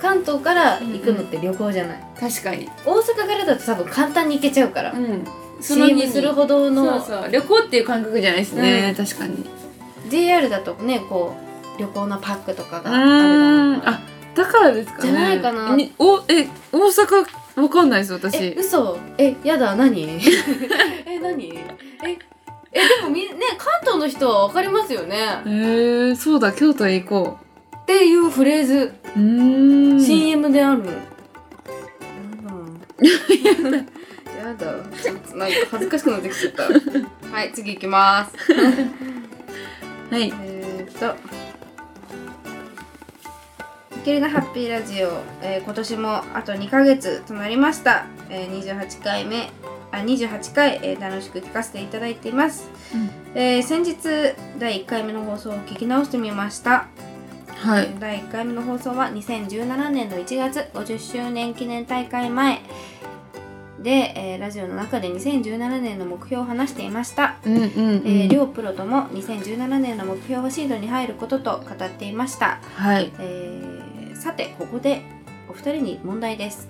Speaker 1: 関東から行くのって旅行じゃない、
Speaker 2: 確かに。
Speaker 1: 大阪からだと多分簡単に行けちゃうから、
Speaker 2: うん。
Speaker 1: CM する
Speaker 2: ほ
Speaker 1: ほどの
Speaker 2: そうそう旅行っていう感覚じゃないですね、確かに。
Speaker 1: JR だとねこう旅行のパックとかがあ
Speaker 2: う
Speaker 1: る
Speaker 2: ん
Speaker 1: だろうから
Speaker 2: あだからですかね
Speaker 1: じゃないかな
Speaker 2: におえ大阪わかんないです私
Speaker 1: え嘘えやだ何 *laughs* え何ええでもみね関東の人は分かりますよね、
Speaker 2: えー、そうだ京都へ行こ
Speaker 1: っていうフレーズ、
Speaker 2: ううーん
Speaker 1: CM であるの。やだ。や *laughs* だ。ちょっとなんか恥ずかしくなってきちゃった。はい、次行きます。
Speaker 2: はい
Speaker 1: えーっと。いけるなハッピーラジオ、えー今年もあと2ヶ月となりました。えー、28回目、あ、28回、えー楽しく聞かせていただいています。えー先日第1回目の放送を聞き直してみました。
Speaker 2: はい
Speaker 1: 第1回目の放送は2017年の1月50周年記念大会前で、えーラジオの中で2017年の目標を話していました、
Speaker 2: うんうんうん
Speaker 1: えー両プロとも2017年の目標はシードに入ることと語っていました、
Speaker 2: はい
Speaker 1: えーさてここでお二人に問題です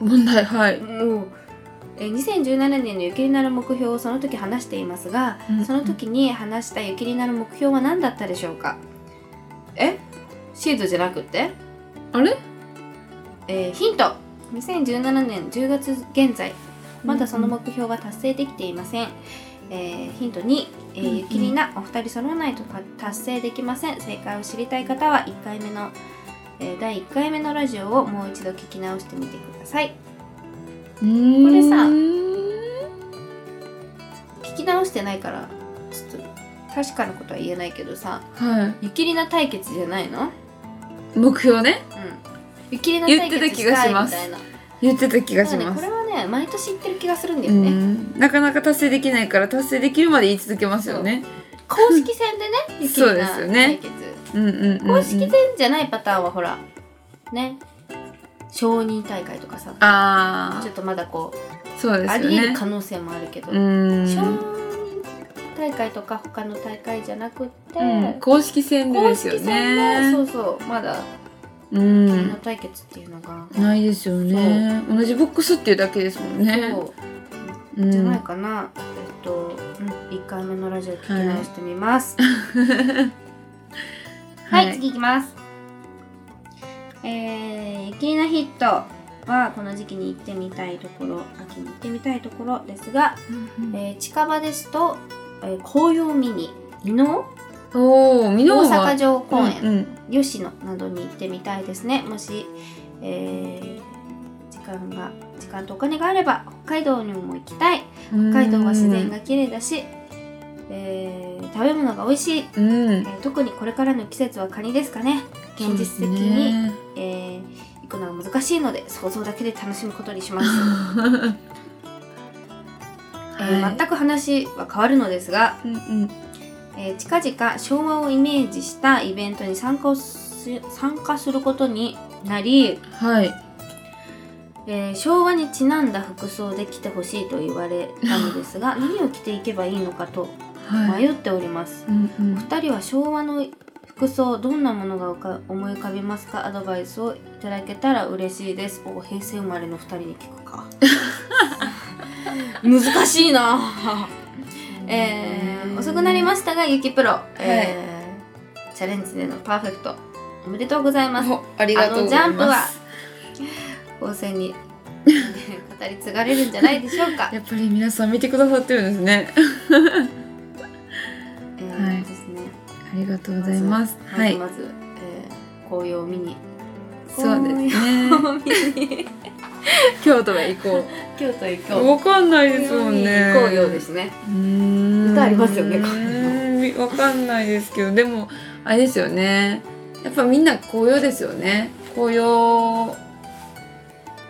Speaker 2: 問題はい
Speaker 1: もうえー2017年のゆきりなる目標をその時話していますが、
Speaker 2: うん
Speaker 1: その時に話したゆきりなる目標は何だったでしょうかえシードじゃなくて、
Speaker 2: あれ
Speaker 1: えーヒント2017年10月現在まだその目標は達成できていません、えーヒント2、えー
Speaker 2: うんうん
Speaker 1: ゆきりなお二人揃わないとか達成できません正解を知りたい方は1回目の、えー第1回目のラジオをもう一度聞き直してみてください
Speaker 2: これ
Speaker 1: れさ聞き直してないからちょっと確かなことは言えないけどさ
Speaker 2: は
Speaker 1: ゆきりな対決じゃないのうん
Speaker 2: い目標ね
Speaker 1: ゆきりな対
Speaker 2: 言ってた
Speaker 1: 決し
Speaker 2: 気が
Speaker 1: たい
Speaker 2: し
Speaker 1: み
Speaker 2: ます
Speaker 1: たいな
Speaker 2: 言ってた気がし
Speaker 1: そうね
Speaker 2: ま
Speaker 1: こ
Speaker 2: す
Speaker 1: れはね毎年言ってる気がするんだ
Speaker 2: う
Speaker 1: よね
Speaker 2: んなかなか達成できないから達成できるまで言い続けますよね
Speaker 1: 公式戦でね
Speaker 2: *laughs*
Speaker 1: ゆき
Speaker 2: そう
Speaker 1: り
Speaker 2: で
Speaker 1: な
Speaker 2: すよ
Speaker 1: 対
Speaker 2: ね
Speaker 1: 決、
Speaker 2: うんうんうんうん
Speaker 1: 公式戦じゃないパターンはほらね承認大会とかさ
Speaker 2: あ
Speaker 1: ちょっとまだこう
Speaker 2: あそうです
Speaker 1: あ
Speaker 2: よ
Speaker 1: りえる
Speaker 2: ね
Speaker 1: 可能性もあるけど、
Speaker 2: う
Speaker 1: 承
Speaker 2: ん
Speaker 1: 認大会とか他の大会じゃなくって、
Speaker 2: うん公式戦で
Speaker 1: 公
Speaker 2: です
Speaker 1: 式
Speaker 2: よ
Speaker 1: 戦でそ
Speaker 2: ね
Speaker 1: うそうまだ
Speaker 2: うん
Speaker 1: ゆきりな対決っていうのが、
Speaker 2: ないですよね同じボックスっていうだけですもんね
Speaker 1: そう
Speaker 2: うん
Speaker 1: じゃないかな、えっと、うん、1回目のラジオ聞き直してみますはい、次いきますえー、ゆきりなヒットはこの時期に行ってみたいところ秋に行ってみたいところですが、
Speaker 2: うん
Speaker 1: えー近場ですと、えー紅葉を見に伊能
Speaker 2: おお美濃
Speaker 1: 大
Speaker 2: は
Speaker 1: 阪城公園、
Speaker 2: うん
Speaker 1: 吉野などに行ってみたいですねもし、えー時間が時間とお金があれば北海道にも行きたい
Speaker 2: うん
Speaker 1: 北海道は自然が綺麗だし、えー食べ物が美味しい、
Speaker 2: うん
Speaker 1: えー特にこれからの季節はカニですかね現
Speaker 2: そう
Speaker 1: 実的
Speaker 2: です
Speaker 1: に、
Speaker 2: ね
Speaker 1: えー行くのは難しいので想像だけで楽しむことにします、 *laughs* えー
Speaker 2: *laughs* はい
Speaker 1: 全く話は変わるのですが、
Speaker 2: うんうん
Speaker 1: えー近々昭和をイメージしたイベントに参加をす参加することになり、
Speaker 2: はい
Speaker 1: えー昭和にちなんだ服装で着てほしいと言われたのです
Speaker 2: *laughs*
Speaker 1: が何を着ていけばいいのかと
Speaker 2: はい
Speaker 1: 迷っております、
Speaker 2: うんうん
Speaker 1: お二人は昭和の服装どんなものが浮か思い浮かびますかアドバイスをいただけたら嬉しいですお平成生まれの二人に聞くか *laughs* 難しいなえー遅くなりましたがゆきプロ、えーチャレンジでのパーフェクトおめでとうございます
Speaker 2: おありがとうござ
Speaker 1: あ
Speaker 2: い
Speaker 1: のジャンプは
Speaker 2: ます
Speaker 1: 後世に *laughs* 語り継がれるんじゃないでしょうか、
Speaker 2: やっぱり皆さん見てくださってるんです
Speaker 1: *laughs*
Speaker 2: ね
Speaker 1: え
Speaker 2: は
Speaker 1: ー
Speaker 2: い
Speaker 1: ですね
Speaker 2: ありがとうございます
Speaker 1: は、
Speaker 2: はいい
Speaker 1: まず、えー紅葉を見に
Speaker 2: そうです
Speaker 1: *laughs*
Speaker 2: ね
Speaker 1: 紅葉を見に
Speaker 2: 京都へ行こ
Speaker 1: 京都へ
Speaker 2: う
Speaker 1: 行こう
Speaker 2: わかんないですもんね
Speaker 1: 紅葉ですね
Speaker 2: うーん
Speaker 1: 歌ありますよね
Speaker 2: うーん *laughs* わかんないですけどでもあれですよねやっぱみんな紅葉ですよね紅葉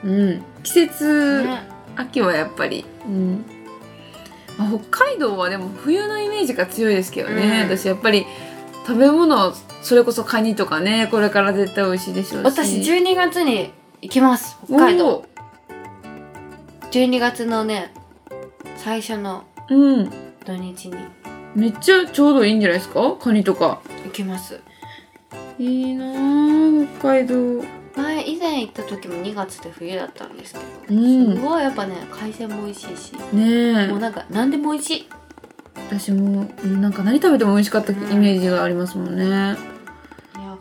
Speaker 2: うん季節、
Speaker 1: ね
Speaker 2: 秋はやっぱりうん、まあ、北海道はでも冬のイメージが強いですけどね、
Speaker 1: うん
Speaker 2: 私やっぱり食べ物それこそカニとかねこれから絶対美味しいでしょうし
Speaker 1: 私12月に行きます北海道
Speaker 2: おー
Speaker 1: 12月のね最初の
Speaker 2: うん
Speaker 1: 土日に
Speaker 2: めっちゃちょうどいいんじゃないですかカニとか
Speaker 1: 行きます
Speaker 2: いいなあ北海道
Speaker 1: 前以前行った時も2月で冬だったんですけど、
Speaker 2: うん
Speaker 1: すごいやっぱね海鮮も美味しいし、
Speaker 2: ねえ
Speaker 1: もうなんか何でも美味しい
Speaker 2: 私もうんなんか何食べても美味しかったイ
Speaker 1: うん
Speaker 2: メージがありますもんね、
Speaker 1: いや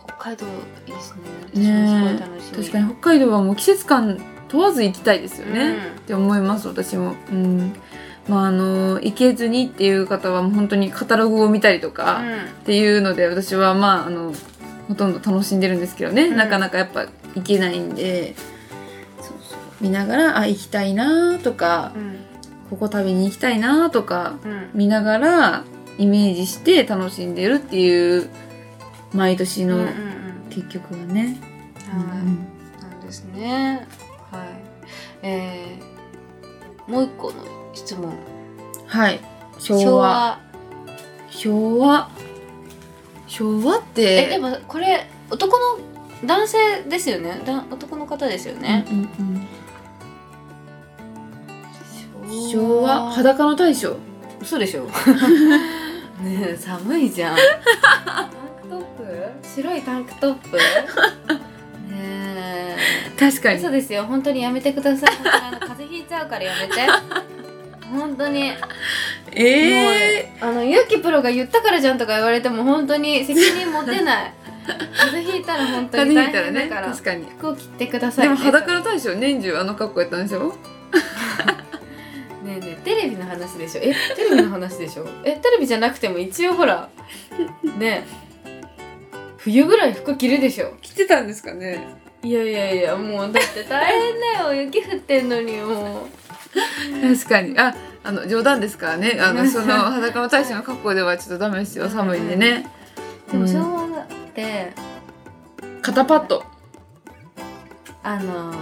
Speaker 1: 北海道いいですね。
Speaker 2: ねえ
Speaker 1: 私もすごい楽しみ。
Speaker 2: 確かに北海道はもう季節感問わず行きたいですよね、っ
Speaker 1: うん
Speaker 2: て思います私もうんまああの行けずにっていう方はもう本当にカタログを見たりとかっていうので私はまああのほとんど楽しんでるんですけどね、
Speaker 1: うん
Speaker 2: なかなかやっぱ行けないんでそうそう見ながらあ行きたいなとか
Speaker 1: うん
Speaker 2: ここ食べに行きたいなとか
Speaker 1: うんうん
Speaker 2: 見ながらイメージして楽しんでるっていう毎年
Speaker 1: うんうん
Speaker 2: の
Speaker 1: うん
Speaker 2: 結局はね、
Speaker 1: はいなんですね。はい。えー、もう一個の質問。
Speaker 2: うんはい昭和昭和昭和っ
Speaker 1: えで
Speaker 2: て
Speaker 1: もこれ男の男性ですよねだ男の方ですよね、
Speaker 2: うんうんうん、昭和裸の大将
Speaker 1: そうでしょ *laughs* ねえ寒いじゃんタンクトップ白いタンクトップ *laughs* ね
Speaker 2: 確 *laughs* か
Speaker 1: え嘘ですよ本当にやめてください本当にあの風邪ひいちゃうからや
Speaker 2: *laughs*
Speaker 1: めて本当に
Speaker 2: ええ
Speaker 1: あのゆきプロが言ったからじゃんとか言われても本当に責任持て
Speaker 2: *laughs*
Speaker 1: ない風邪ひいたら本当に大変だから
Speaker 2: 確かに
Speaker 1: 服を着てくださ
Speaker 2: で
Speaker 1: いね
Speaker 2: も裸の大将年中あの格好やったんでしょ
Speaker 1: ねえねえテレビの話でしょえテレビの話でしょえテレビじゃなくても一応ほらねえ冬ぐらい服着るでしょ
Speaker 2: 着てたんですかね
Speaker 1: いやいやいやもうだって大変だよ雪降ってんのに *laughs* もう
Speaker 2: 確かにああの冗談ですからねあ
Speaker 1: *laughs*
Speaker 2: のその裸の大将の格好ではちょっとダメですよ寒いんでね
Speaker 1: で
Speaker 2: う
Speaker 1: も
Speaker 2: ん
Speaker 1: 昭和って、
Speaker 2: 肩パッド
Speaker 1: あのー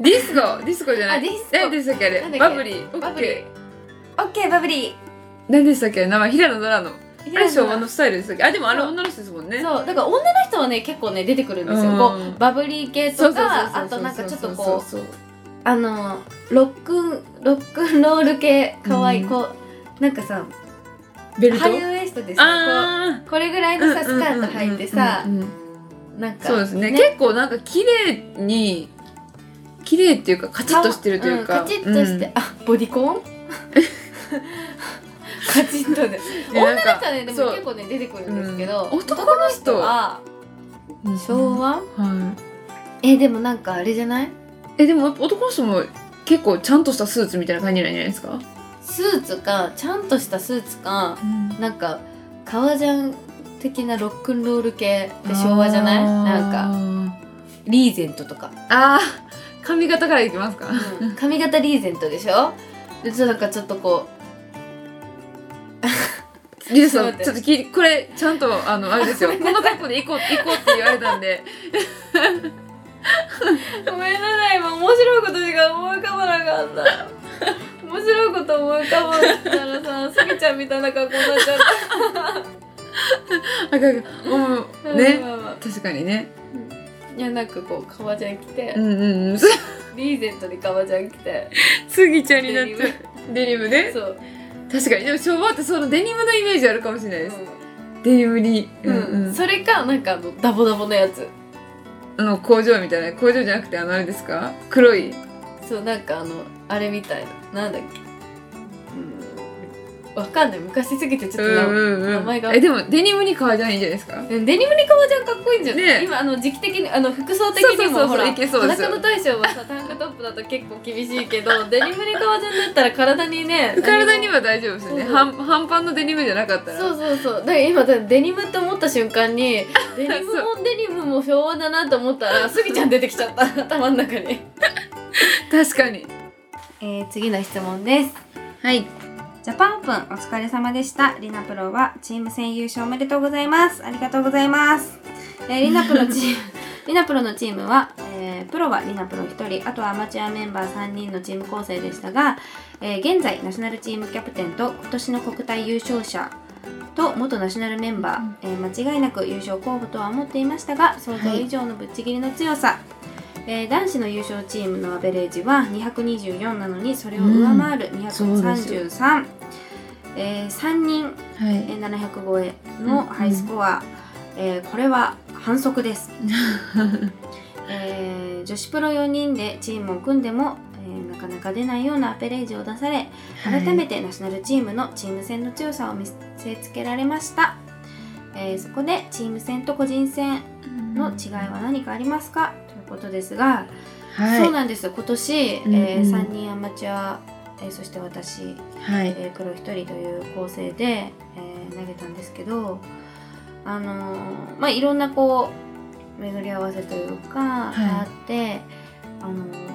Speaker 2: ディスコディスコじゃない
Speaker 1: あディスコ
Speaker 2: 何でしたっけあれ
Speaker 1: なんだっけ
Speaker 2: バブリー
Speaker 1: バブリー
Speaker 2: オッケ
Speaker 1: オッケーバブリ
Speaker 2: 何でしたっけ名前平野ノラの
Speaker 1: ー
Speaker 2: あれ昭和のスタイルでしたっけあでもあれ女の人ですもんね
Speaker 1: そうだから女の人はね結構ね出てくるんですよ、
Speaker 2: うん
Speaker 1: こうバブリー系
Speaker 2: そ
Speaker 1: と
Speaker 2: うそうそう
Speaker 1: か
Speaker 2: そう
Speaker 1: あとなんかちょっと
Speaker 2: そう
Speaker 1: こう
Speaker 2: そうそう
Speaker 1: あのロックンロックンロール系かわいい、
Speaker 2: うん
Speaker 1: こうなんかさ
Speaker 2: ベルト
Speaker 1: ハイウエストですよこ
Speaker 2: あ
Speaker 1: うこれぐらい
Speaker 2: ー
Speaker 1: のさスカート履いてさ
Speaker 2: うんうんうんうん
Speaker 1: なんか
Speaker 2: そうですね結構なんか綺麗に綺麗っていうかカチッとしてるというか、
Speaker 1: んカチッとして、
Speaker 2: うん
Speaker 1: あボディコン *laughs* カチッとね
Speaker 2: いやな
Speaker 1: 女
Speaker 2: ん
Speaker 1: の
Speaker 2: か
Speaker 1: 人はねで
Speaker 2: そう
Speaker 1: も結構ね出てくるんですけど、
Speaker 2: うん男の人
Speaker 1: は
Speaker 2: うん
Speaker 1: 昭和、
Speaker 2: は
Speaker 1: えでもなんかあれじゃない
Speaker 2: いえでも男の人も結構ちゃんとしたスーツみたいな感じなんじゃないですか、
Speaker 1: スーツかちゃんとしたスーツかなんか革ジャン的なロックンロール系って昭和じゃないなんか
Speaker 2: か
Speaker 1: リーゼントと
Speaker 2: *laughs*
Speaker 1: か、
Speaker 2: あー髪型からいき
Speaker 1: *laughs*
Speaker 2: ますか
Speaker 1: 髪型リーゼントでしょでちょっとなんかちょっとこ
Speaker 2: リュウさ
Speaker 1: ちょっと待っ
Speaker 2: ん
Speaker 1: て
Speaker 2: ちょっと聞いこれちゃんとあのあれ
Speaker 1: *laughs*
Speaker 2: ですよこの格好で行こう行こうって言われたんで
Speaker 1: うごめんなさい今面白いことしか思い浮かばなかった面白いこと思い浮かばなかったらさスギちゃんみたいな格好になっちゃっ
Speaker 2: あかんかん
Speaker 1: た
Speaker 2: うんね
Speaker 1: まあまあま
Speaker 2: 確かにね
Speaker 1: あいやなんかこう革ジャン着て、
Speaker 2: うんうんうん
Speaker 1: リーゼントで革ジャン着て
Speaker 2: スギちゃんにな
Speaker 1: デ
Speaker 2: っ
Speaker 1: ニ
Speaker 2: ち
Speaker 1: ム
Speaker 2: ゃうデニムね
Speaker 1: そう、
Speaker 2: 確かにでも昭和ってそのデニムのイメージあるかもしれないです、
Speaker 1: う
Speaker 2: デニムに、
Speaker 1: んうん、それかなんかあのダボダボのやつ
Speaker 2: あの工場みたいな工場じゃなくてあのあれですか黒い
Speaker 1: そうなんかあのあれみたいななんだっけうんわかんない昔すぎてちょっとな、
Speaker 2: ん
Speaker 1: 名前が
Speaker 2: えでもデニムに革ジャンいいんじゃないですか
Speaker 1: うんデニムに革ジャンかっこいいんじゃない、
Speaker 2: ねえ
Speaker 1: 今あの時期的にあの服装的
Speaker 2: そう
Speaker 1: に
Speaker 2: そうそうそ
Speaker 1: も
Speaker 2: う
Speaker 1: ほら
Speaker 2: いけそうですよ
Speaker 1: 裸の大将はさ *laughs* タンクトップだと結構厳しいけどデニムに革ジャンだったら *laughs* 体にね
Speaker 2: 体に
Speaker 1: は
Speaker 2: は大丈夫ですよね
Speaker 1: そう
Speaker 2: 半半パンのデニムじゃなかったら
Speaker 1: そうそうそうだから今だからデニムって思った瞬間 *laughs* にデニムもデニムも昭和だなと思ったらスギちゃん出てきちゃった頭の中に、
Speaker 2: 確かに
Speaker 1: えー、次の質問です
Speaker 2: はい
Speaker 1: ジャパンオープンお疲れ様でした。リナプロはチーム戦優勝おめでとうございます。ありがとうございます。えーリナプロチームリナプロのチームは、えープロはリナプロ1人、あとはアマチュアメンバー3人のチーム構成でしたが、えー現在ナショナルチームキャプテンと今年の国体優勝者と元ナショナルメンバー、えー間違いなく優勝候補とは思っていましたが想像以上のぶっちぎりの強さ、えー男子の優勝チームのアベレージは224なのにそれを上回る233、えー3人、
Speaker 2: は
Speaker 1: え
Speaker 2: い
Speaker 1: ー700超えのハイスコア、えーこれは反
Speaker 2: *laughs*
Speaker 1: 則です、えー女子プロ4人でチームを組んでも、えーなかなか出ないようなアベレージを出され改めてナショナルチームのチーム戦の強さを見せつけられました、えーそこでチーム戦と個人戦の違いは何かありますかということですが、
Speaker 2: はい
Speaker 1: そうなんですよ今年、
Speaker 2: うんうん
Speaker 1: え3人アマチュア、えーそして私、
Speaker 2: はい
Speaker 1: えープロ1人という構成で、えー投げたんですけどあのーまあいろんなこう巡り合わせという
Speaker 2: は
Speaker 1: か、
Speaker 2: い
Speaker 1: あってあのー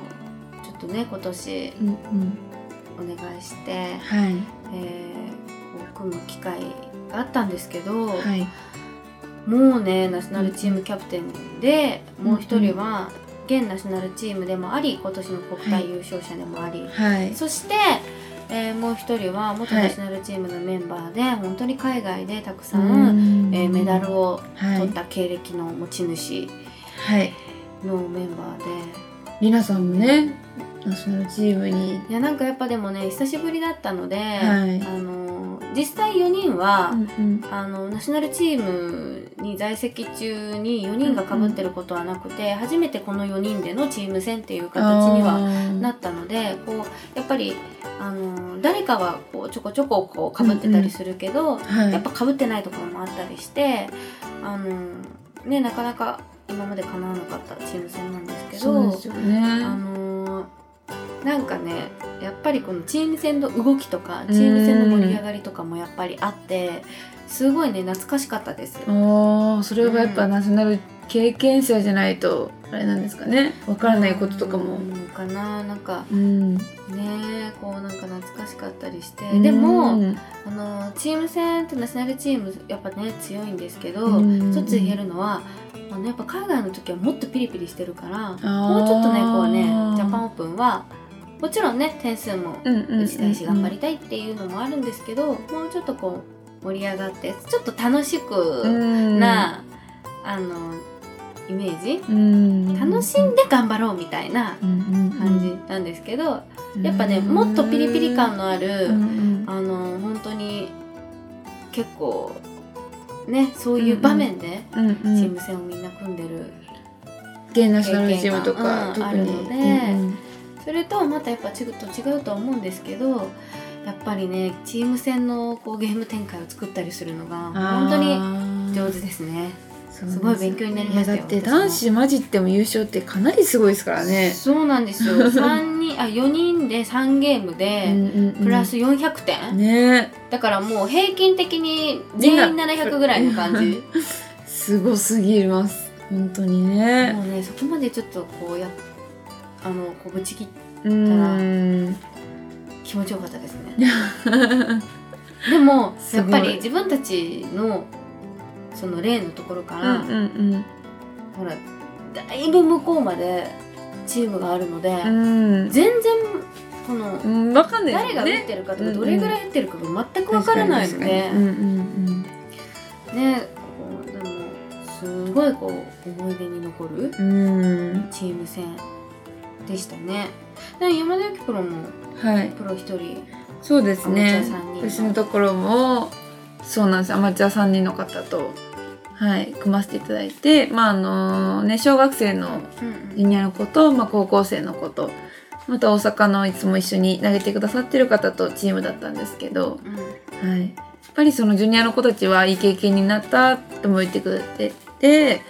Speaker 1: ちょっとね今年
Speaker 2: うんうん
Speaker 1: お願いして。
Speaker 2: はい
Speaker 1: えーこう組む機会があったんですけど、
Speaker 2: い
Speaker 1: もうねナショナルチームキャプテンで、
Speaker 2: うん
Speaker 1: もう一人は現ナショナルチームでもあり今年の国体優勝者でもあり、
Speaker 2: はい
Speaker 1: そして、えーもう一人は元ナショナルチームのメンバーで、本当に海外でたくさん、
Speaker 2: ん
Speaker 1: えーメダル
Speaker 2: を
Speaker 1: を
Speaker 2: は
Speaker 1: 取っ
Speaker 2: い、
Speaker 1: た経歴の持ち主
Speaker 2: はい、
Speaker 1: のメンバーで、
Speaker 2: りなさんもねナショナルチームに
Speaker 1: いやなんかやっぱでもね久しぶりだったので、
Speaker 2: はい
Speaker 1: あのー実際4人は、
Speaker 2: ん
Speaker 1: あのナショナルチームに在籍中に4人がかぶってることはなくて、初めてこの4人でのチーム戦っていう形にはな
Speaker 2: な
Speaker 1: ったのでこうやっぱりあの誰かはこうちょこちょここう被ってたりするけど、
Speaker 2: はい
Speaker 1: やっぱ被ってないところもあったりしてあの、ね、なかなか今まで叶わなかったチーム戦なんですけ
Speaker 2: そう
Speaker 1: ど
Speaker 2: ですよね
Speaker 1: あのなんかねやっぱりこのチーム戦の動きとかチーム戦の盛り上がりとかもやっぱりあってすごいね懐かしかったです。
Speaker 2: おーそれはやっ
Speaker 1: う
Speaker 2: ぱ
Speaker 1: ん
Speaker 2: ナショナル経験者じゃないとあれなんですかねわからないこととかも
Speaker 1: うんかななんか
Speaker 2: うん
Speaker 1: ねこうなんか懐かしかったりしてでも、
Speaker 2: うん
Speaker 1: あのチーム戦ってナショナルチームやっぱね強いんですけ
Speaker 2: う
Speaker 1: ど
Speaker 2: ん
Speaker 1: 一つ言えるのはあのやっぱ海外の時はもっとピリピリしてるから
Speaker 2: あー
Speaker 1: もうちょっとねこうねジャパンオープンはもちろんね点数も
Speaker 2: うんうんうん
Speaker 1: 打ちたいし頑張りたいっていうのもあるんですけどもうちょっとこう盛り上がってちょっと楽しくな、あのイメージ
Speaker 2: うん
Speaker 1: 楽しんで頑張ろうみたいな感じなんですけどやっぱねもっとピリピリ感のある、
Speaker 2: うん
Speaker 1: あの本当に結構ねそういう場面で
Speaker 2: うん
Speaker 1: チ
Speaker 2: う
Speaker 1: ー
Speaker 2: ん
Speaker 1: ム戦をみんな組んでる、
Speaker 2: 現ナショナルチームとか
Speaker 1: 経験が
Speaker 2: 特
Speaker 1: うん
Speaker 2: に
Speaker 1: あるので
Speaker 2: うん
Speaker 1: それとまたやっぱちょっと違うとは思うんですけどやっぱりねチーム戦のこうゲーム展開を作ったりするのが本当に
Speaker 2: に
Speaker 1: 上手ですね。
Speaker 2: そうなんです
Speaker 1: ごい勉強になりましたよ
Speaker 2: いやだって
Speaker 1: 私も
Speaker 2: 男子マジっても優勝ってかなりすごいですからね
Speaker 1: そうなんです
Speaker 2: *laughs*
Speaker 1: よ三人あ4人で3ゲームで、プ
Speaker 2: プ
Speaker 1: ラス400点、
Speaker 2: ね
Speaker 1: だからもう平均的に全員700ぐらいの感じ。
Speaker 2: すごすぎます本当にね
Speaker 1: もうねそこまでちょっとこうやあのこうぶち切っ
Speaker 2: うーん
Speaker 1: 気持ちよかったですねでも
Speaker 2: す
Speaker 1: やっ
Speaker 2: ごい
Speaker 1: ぱり自分たちのその例のところか
Speaker 2: う
Speaker 1: ら、
Speaker 2: んうん
Speaker 1: ほらだいぶ向こうまでチームがあるので、
Speaker 2: うん
Speaker 1: 全然この
Speaker 2: うんわかんない
Speaker 1: 誰が打ってるかとかどれぐらい打ってるかが全くわからないの
Speaker 2: 確か
Speaker 1: で、
Speaker 2: に確かにうんうん
Speaker 1: ねこうでもすごいこう思い出に残る
Speaker 2: うんうん
Speaker 1: チーム戦でしたね。で山田由紀プロも
Speaker 2: はい
Speaker 1: プロ一人
Speaker 2: そうです
Speaker 1: アマ
Speaker 2: ね
Speaker 1: チュア三人の
Speaker 2: 私のところもそうなんですアマチュア3人の方とはい組ませていただいてまああのね小学生のジュニアの子と、まあ、高校生の子とまた大阪のいつも一緒に投げてくださってる方とチームだったんですけど、
Speaker 1: うんうん
Speaker 2: はい、やっぱりそのジュニアの子たちはいい経験になったとも言ってくれてて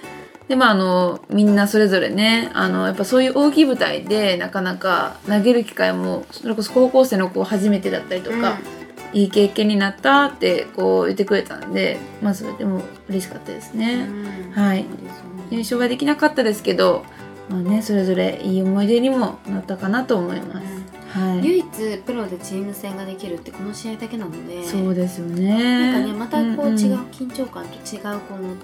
Speaker 2: でまああのみんなそれぞれねあのやっぱそういう大きい舞台でなかなか投げる機会もそれこそ高校生の子初めてだったりとか、いい経験になったってこう言ってくれたんでまあそれでも嬉しかったです
Speaker 1: うん
Speaker 2: ね。
Speaker 1: うん
Speaker 2: はい
Speaker 1: そうですよね
Speaker 2: 優勝はできなかったですけど、まあね、それぞれいい思い出にもなったかなと思います。はい、
Speaker 1: 唯一プロでチーム戦ができるってこの試合だけなので
Speaker 2: そうですよ
Speaker 1: なん
Speaker 2: ね。
Speaker 1: かねまたこう
Speaker 2: うんん
Speaker 1: 違う緊張感と違うこの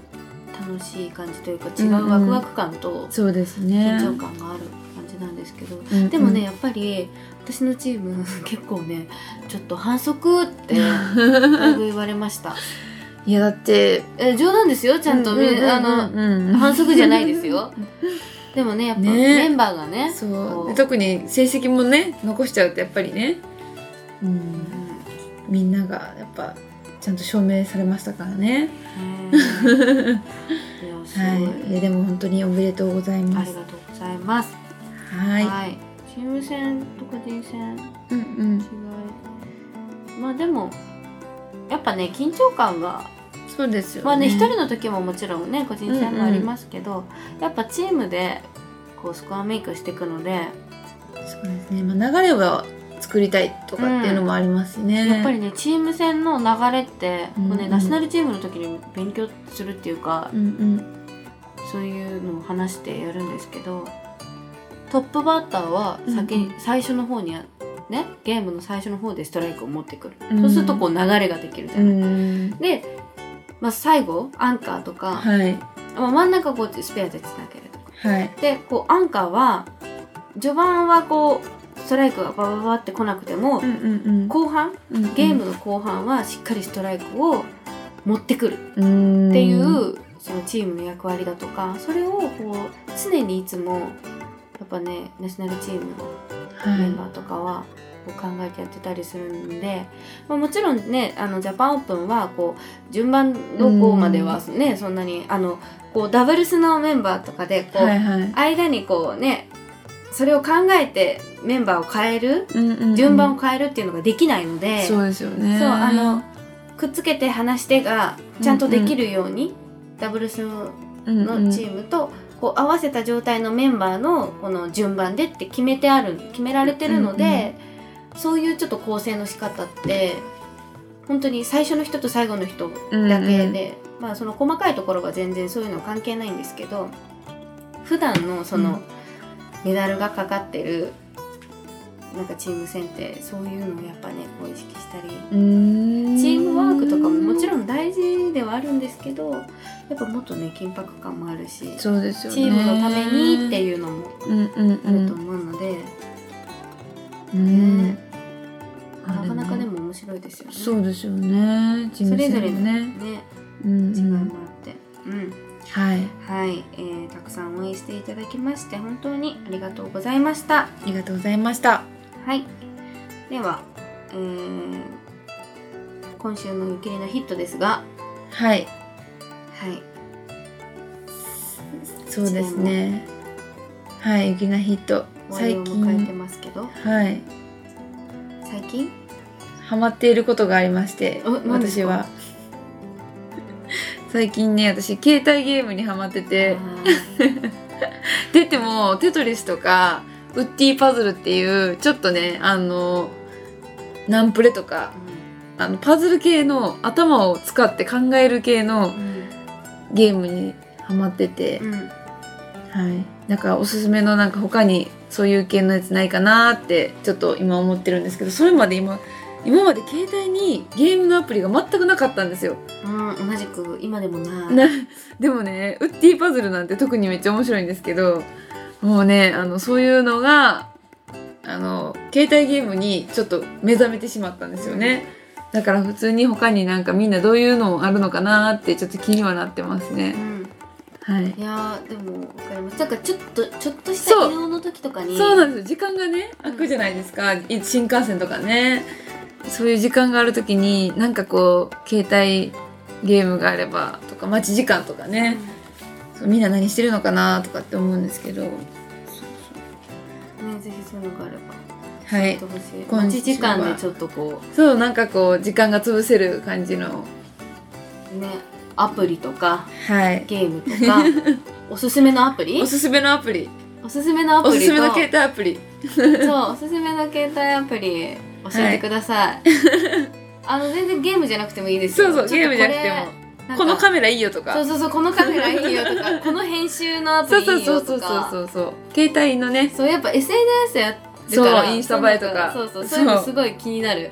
Speaker 1: 楽しい感じというか違うワクワク感と
Speaker 2: そうです
Speaker 1: 緊
Speaker 2: ね。
Speaker 1: 張感がある感じなんですけど
Speaker 2: うんうん
Speaker 1: でもねやっぱり私のチーム *laughs* 結構ねちょっと反則ってだいぶ言われました
Speaker 2: いやだって
Speaker 1: え冗談ですよちゃんとみあの
Speaker 2: の
Speaker 1: 反則じゃないですよでもねやっぱ
Speaker 2: ね
Speaker 1: メンバーがね
Speaker 2: そう
Speaker 1: こ
Speaker 2: で
Speaker 1: う
Speaker 2: 特に成績もね残しちゃうとやっぱりね、うん、
Speaker 1: うん
Speaker 2: みんながやっぱちゃんと証明されましたからね。
Speaker 1: ねえいやすごい、
Speaker 2: はい、いやでも本当におめでとうござい
Speaker 1: あ
Speaker 2: ま
Speaker 1: り
Speaker 2: す。
Speaker 1: がとうございます。
Speaker 2: は、
Speaker 1: はいい。チーム戦と個人戦違い。
Speaker 2: うんうん、
Speaker 1: まあでもやっぱね緊張感が
Speaker 2: そうですよね。
Speaker 1: まあね一、人の時ももちろんね個人戦もありますけど、やっぱチームでこうスコアメイクしていくので、
Speaker 2: そうですね、まあ、流れは作りたいとかっていうのもありますね、
Speaker 1: やっぱりねチーム戦の流れって、
Speaker 2: うんうん
Speaker 1: こうねナショナルチームの時に勉強するっていうか
Speaker 2: う、ん
Speaker 1: そういうのを話してやるんですけどトップバッターは先に、
Speaker 2: うん
Speaker 1: 最初の方にあねゲームの最初の方でストライクを持ってくる、
Speaker 2: うん
Speaker 1: そうするとこう流れができるじゃ
Speaker 2: う
Speaker 1: ない、
Speaker 2: んうん
Speaker 1: で、まあ、最後アンカーとか、
Speaker 2: はい
Speaker 1: まあ、真ん中こうスペアでつなげるとか
Speaker 2: はい
Speaker 1: でこうアンカーは序盤はこうストライクがババババって来なくても、
Speaker 2: うんうん
Speaker 1: 後半
Speaker 2: うん
Speaker 1: ゲームの後半はしっかりストライクを持ってくる
Speaker 2: うん
Speaker 1: っていう、そのチームの役割だとかそれをこう常にいつもやっぱねナショナルチームのメンバ
Speaker 2: は
Speaker 1: ーとかはこう考えてやってたりするんで、まあ、もちろんねあのジャパンオープンはこう順番どこまではね、そんなにあのこうダブルスのメンバーとかで
Speaker 2: い
Speaker 1: こう、
Speaker 2: はいはい
Speaker 1: 間にこうねそれを考えてメンバーを変える
Speaker 2: うんうんうん
Speaker 1: 順番を変えるっていうのができないので、
Speaker 2: そうですよね
Speaker 1: そうあのくっつけて話してがちゃんとできるように、ダブルスの
Speaker 2: の
Speaker 1: チームとこう合わせた状態のメンバーのこの順番でって決めてある決められてるので、そういうちょっと構成の仕方って本当に最初の人と最後の人
Speaker 2: ム
Speaker 1: だけで、まあその細かいところは全然そういうのは関係ないんですけど普段のそのメダルがかかってるなんかチーム戦ってそういうのをやっぱねこう意識したり
Speaker 2: チー
Speaker 1: チームワークとかももちろ
Speaker 2: ん
Speaker 1: ん大事ではあるんですけどやっぱもっとね緊迫感もあるし、
Speaker 2: そうですよね
Speaker 1: チームのためにっていうのも
Speaker 2: うんうん
Speaker 1: あ
Speaker 2: う
Speaker 1: る
Speaker 2: ん
Speaker 1: と思うので、
Speaker 2: うん
Speaker 1: ねなかなかでも面白いですよね。
Speaker 2: そうですよねチーム戦
Speaker 1: それぞれの
Speaker 2: ね
Speaker 1: ね
Speaker 2: うん
Speaker 1: 違
Speaker 2: う
Speaker 1: い
Speaker 2: ん
Speaker 1: もあって。うん
Speaker 2: はい
Speaker 1: はい、えーたくさん応援していただきまして本当にありがとうございました。
Speaker 2: ありがとうございました
Speaker 1: はい、では、えー今週の「ゆきりのヒット」ですが、
Speaker 2: はい
Speaker 1: はい、
Speaker 2: そうですねはい雪がヒット
Speaker 1: 終
Speaker 2: 最
Speaker 1: わりを迎えて
Speaker 2: 近
Speaker 1: ますけど
Speaker 2: はい
Speaker 1: 最近
Speaker 2: ハマっていることがありまして
Speaker 1: お何で
Speaker 2: 私
Speaker 1: すか
Speaker 2: は *laughs* 最近ね私携帯ゲームにハマってて
Speaker 1: あ
Speaker 2: 出てもテトリスとかウッディパズルっていうちょっとねあのナンプレとかあのパズル系の頭を使って考える系の
Speaker 1: ーうん
Speaker 2: ゲームにハマってて、
Speaker 1: うんうん
Speaker 2: はいなんかおすすめのなんか他にそういう系のやつないかなってちょっと今思ってるんですけどそれまで今今まで携帯にゲームのアプリが全くなかったんですよ。
Speaker 1: うん、同じく今でもない。
Speaker 2: なでも *laughs* ねウッディパズルなんて特にめっちゃ面白いんですけどもうねあのそういうのがあの携帯ゲームにちょっと目覚めてしまったんですよねだから普通に他になんかみんなどういうのあるのかなってちょっと気にはなってます
Speaker 1: う
Speaker 2: ね
Speaker 1: ん、
Speaker 2: はい
Speaker 1: いやーでもわかりますなんかちょっとちょっとした
Speaker 2: そう
Speaker 1: 移動の時とかに
Speaker 2: そうなんですよ時間がね空くじゃないですか、い新幹線とかねそういう時間がある時になんかこう携帯ゲームがあればとか待ち時間とかね、そうみんな何してるのかなとかって思うんですけど
Speaker 1: うんねぜひそういうのがあれば
Speaker 2: は
Speaker 1: やっ
Speaker 2: い
Speaker 1: てほしい
Speaker 2: 今週は
Speaker 1: 待ち時間でちょっとこ
Speaker 2: そうなんかこう時間が潰せる感じの
Speaker 1: うねアプリとか
Speaker 2: はい
Speaker 1: ゲームとか
Speaker 2: *laughs*
Speaker 1: おすすめのアプリ
Speaker 2: おすすめのアプリ
Speaker 1: おすすめのアプ
Speaker 2: お
Speaker 1: リと
Speaker 2: すすめの携帯アプリ
Speaker 1: そうおすすめの携帯アプリ教えてくだ
Speaker 2: *laughs*
Speaker 1: さい、あの全然ゲームじゃなくてもいいです
Speaker 2: そ
Speaker 1: よ
Speaker 2: うそう
Speaker 1: ちょっ
Speaker 2: ゲーム
Speaker 1: とこれ
Speaker 2: じゃなくても
Speaker 1: なん
Speaker 2: こ
Speaker 1: か
Speaker 2: のカメラいいよとか
Speaker 1: そうそうそうこのカメラいいよとかこの編集のアプ
Speaker 2: そう
Speaker 1: リ
Speaker 2: そう
Speaker 1: い
Speaker 2: そう
Speaker 1: いよ
Speaker 2: そ
Speaker 1: と
Speaker 2: うそう
Speaker 1: か
Speaker 2: そうそう携帯のね
Speaker 1: そうやっぱ SNS やってたら
Speaker 2: そうインスタ映えとか
Speaker 1: そうそう
Speaker 2: そ
Speaker 1: そうういうのすごい気になる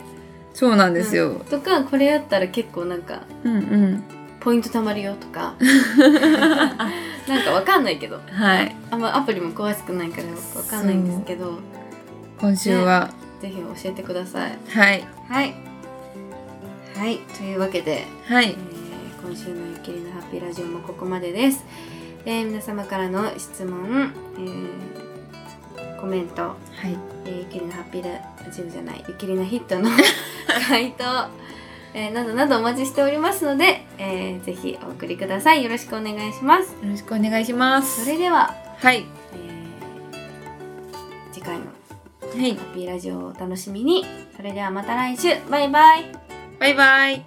Speaker 2: そうなんですよ、
Speaker 1: とかこれやったら結構なんか
Speaker 2: うん、うん
Speaker 1: ポイント貯まるよ
Speaker 2: *laughs*
Speaker 1: とかなんかわかんないけど
Speaker 2: はい
Speaker 1: あんまアプリも詳しくないからよくわかんないんですけど
Speaker 2: 今週は、
Speaker 1: ぜひ教えてください
Speaker 2: はい
Speaker 1: はいはいというわけで、
Speaker 2: は
Speaker 1: え
Speaker 2: い
Speaker 1: ー今週のゆっきりのハッピーラジオもここまでです、えー皆様からの質問、えーコメント
Speaker 2: はい
Speaker 1: えーゆきりのハッピーラジオじゃないゆきりのヒットの回答、えーなどなどお待ちしておりますので、えーぜひお送りくださいよろしくお願いします
Speaker 2: よろしくお願いしま
Speaker 1: そ
Speaker 2: す
Speaker 1: れでは、
Speaker 2: はい
Speaker 1: えー次回のハ
Speaker 2: はい
Speaker 1: ッピーラジオをお楽しみにそれではまた来週バイバイ
Speaker 2: バイバイ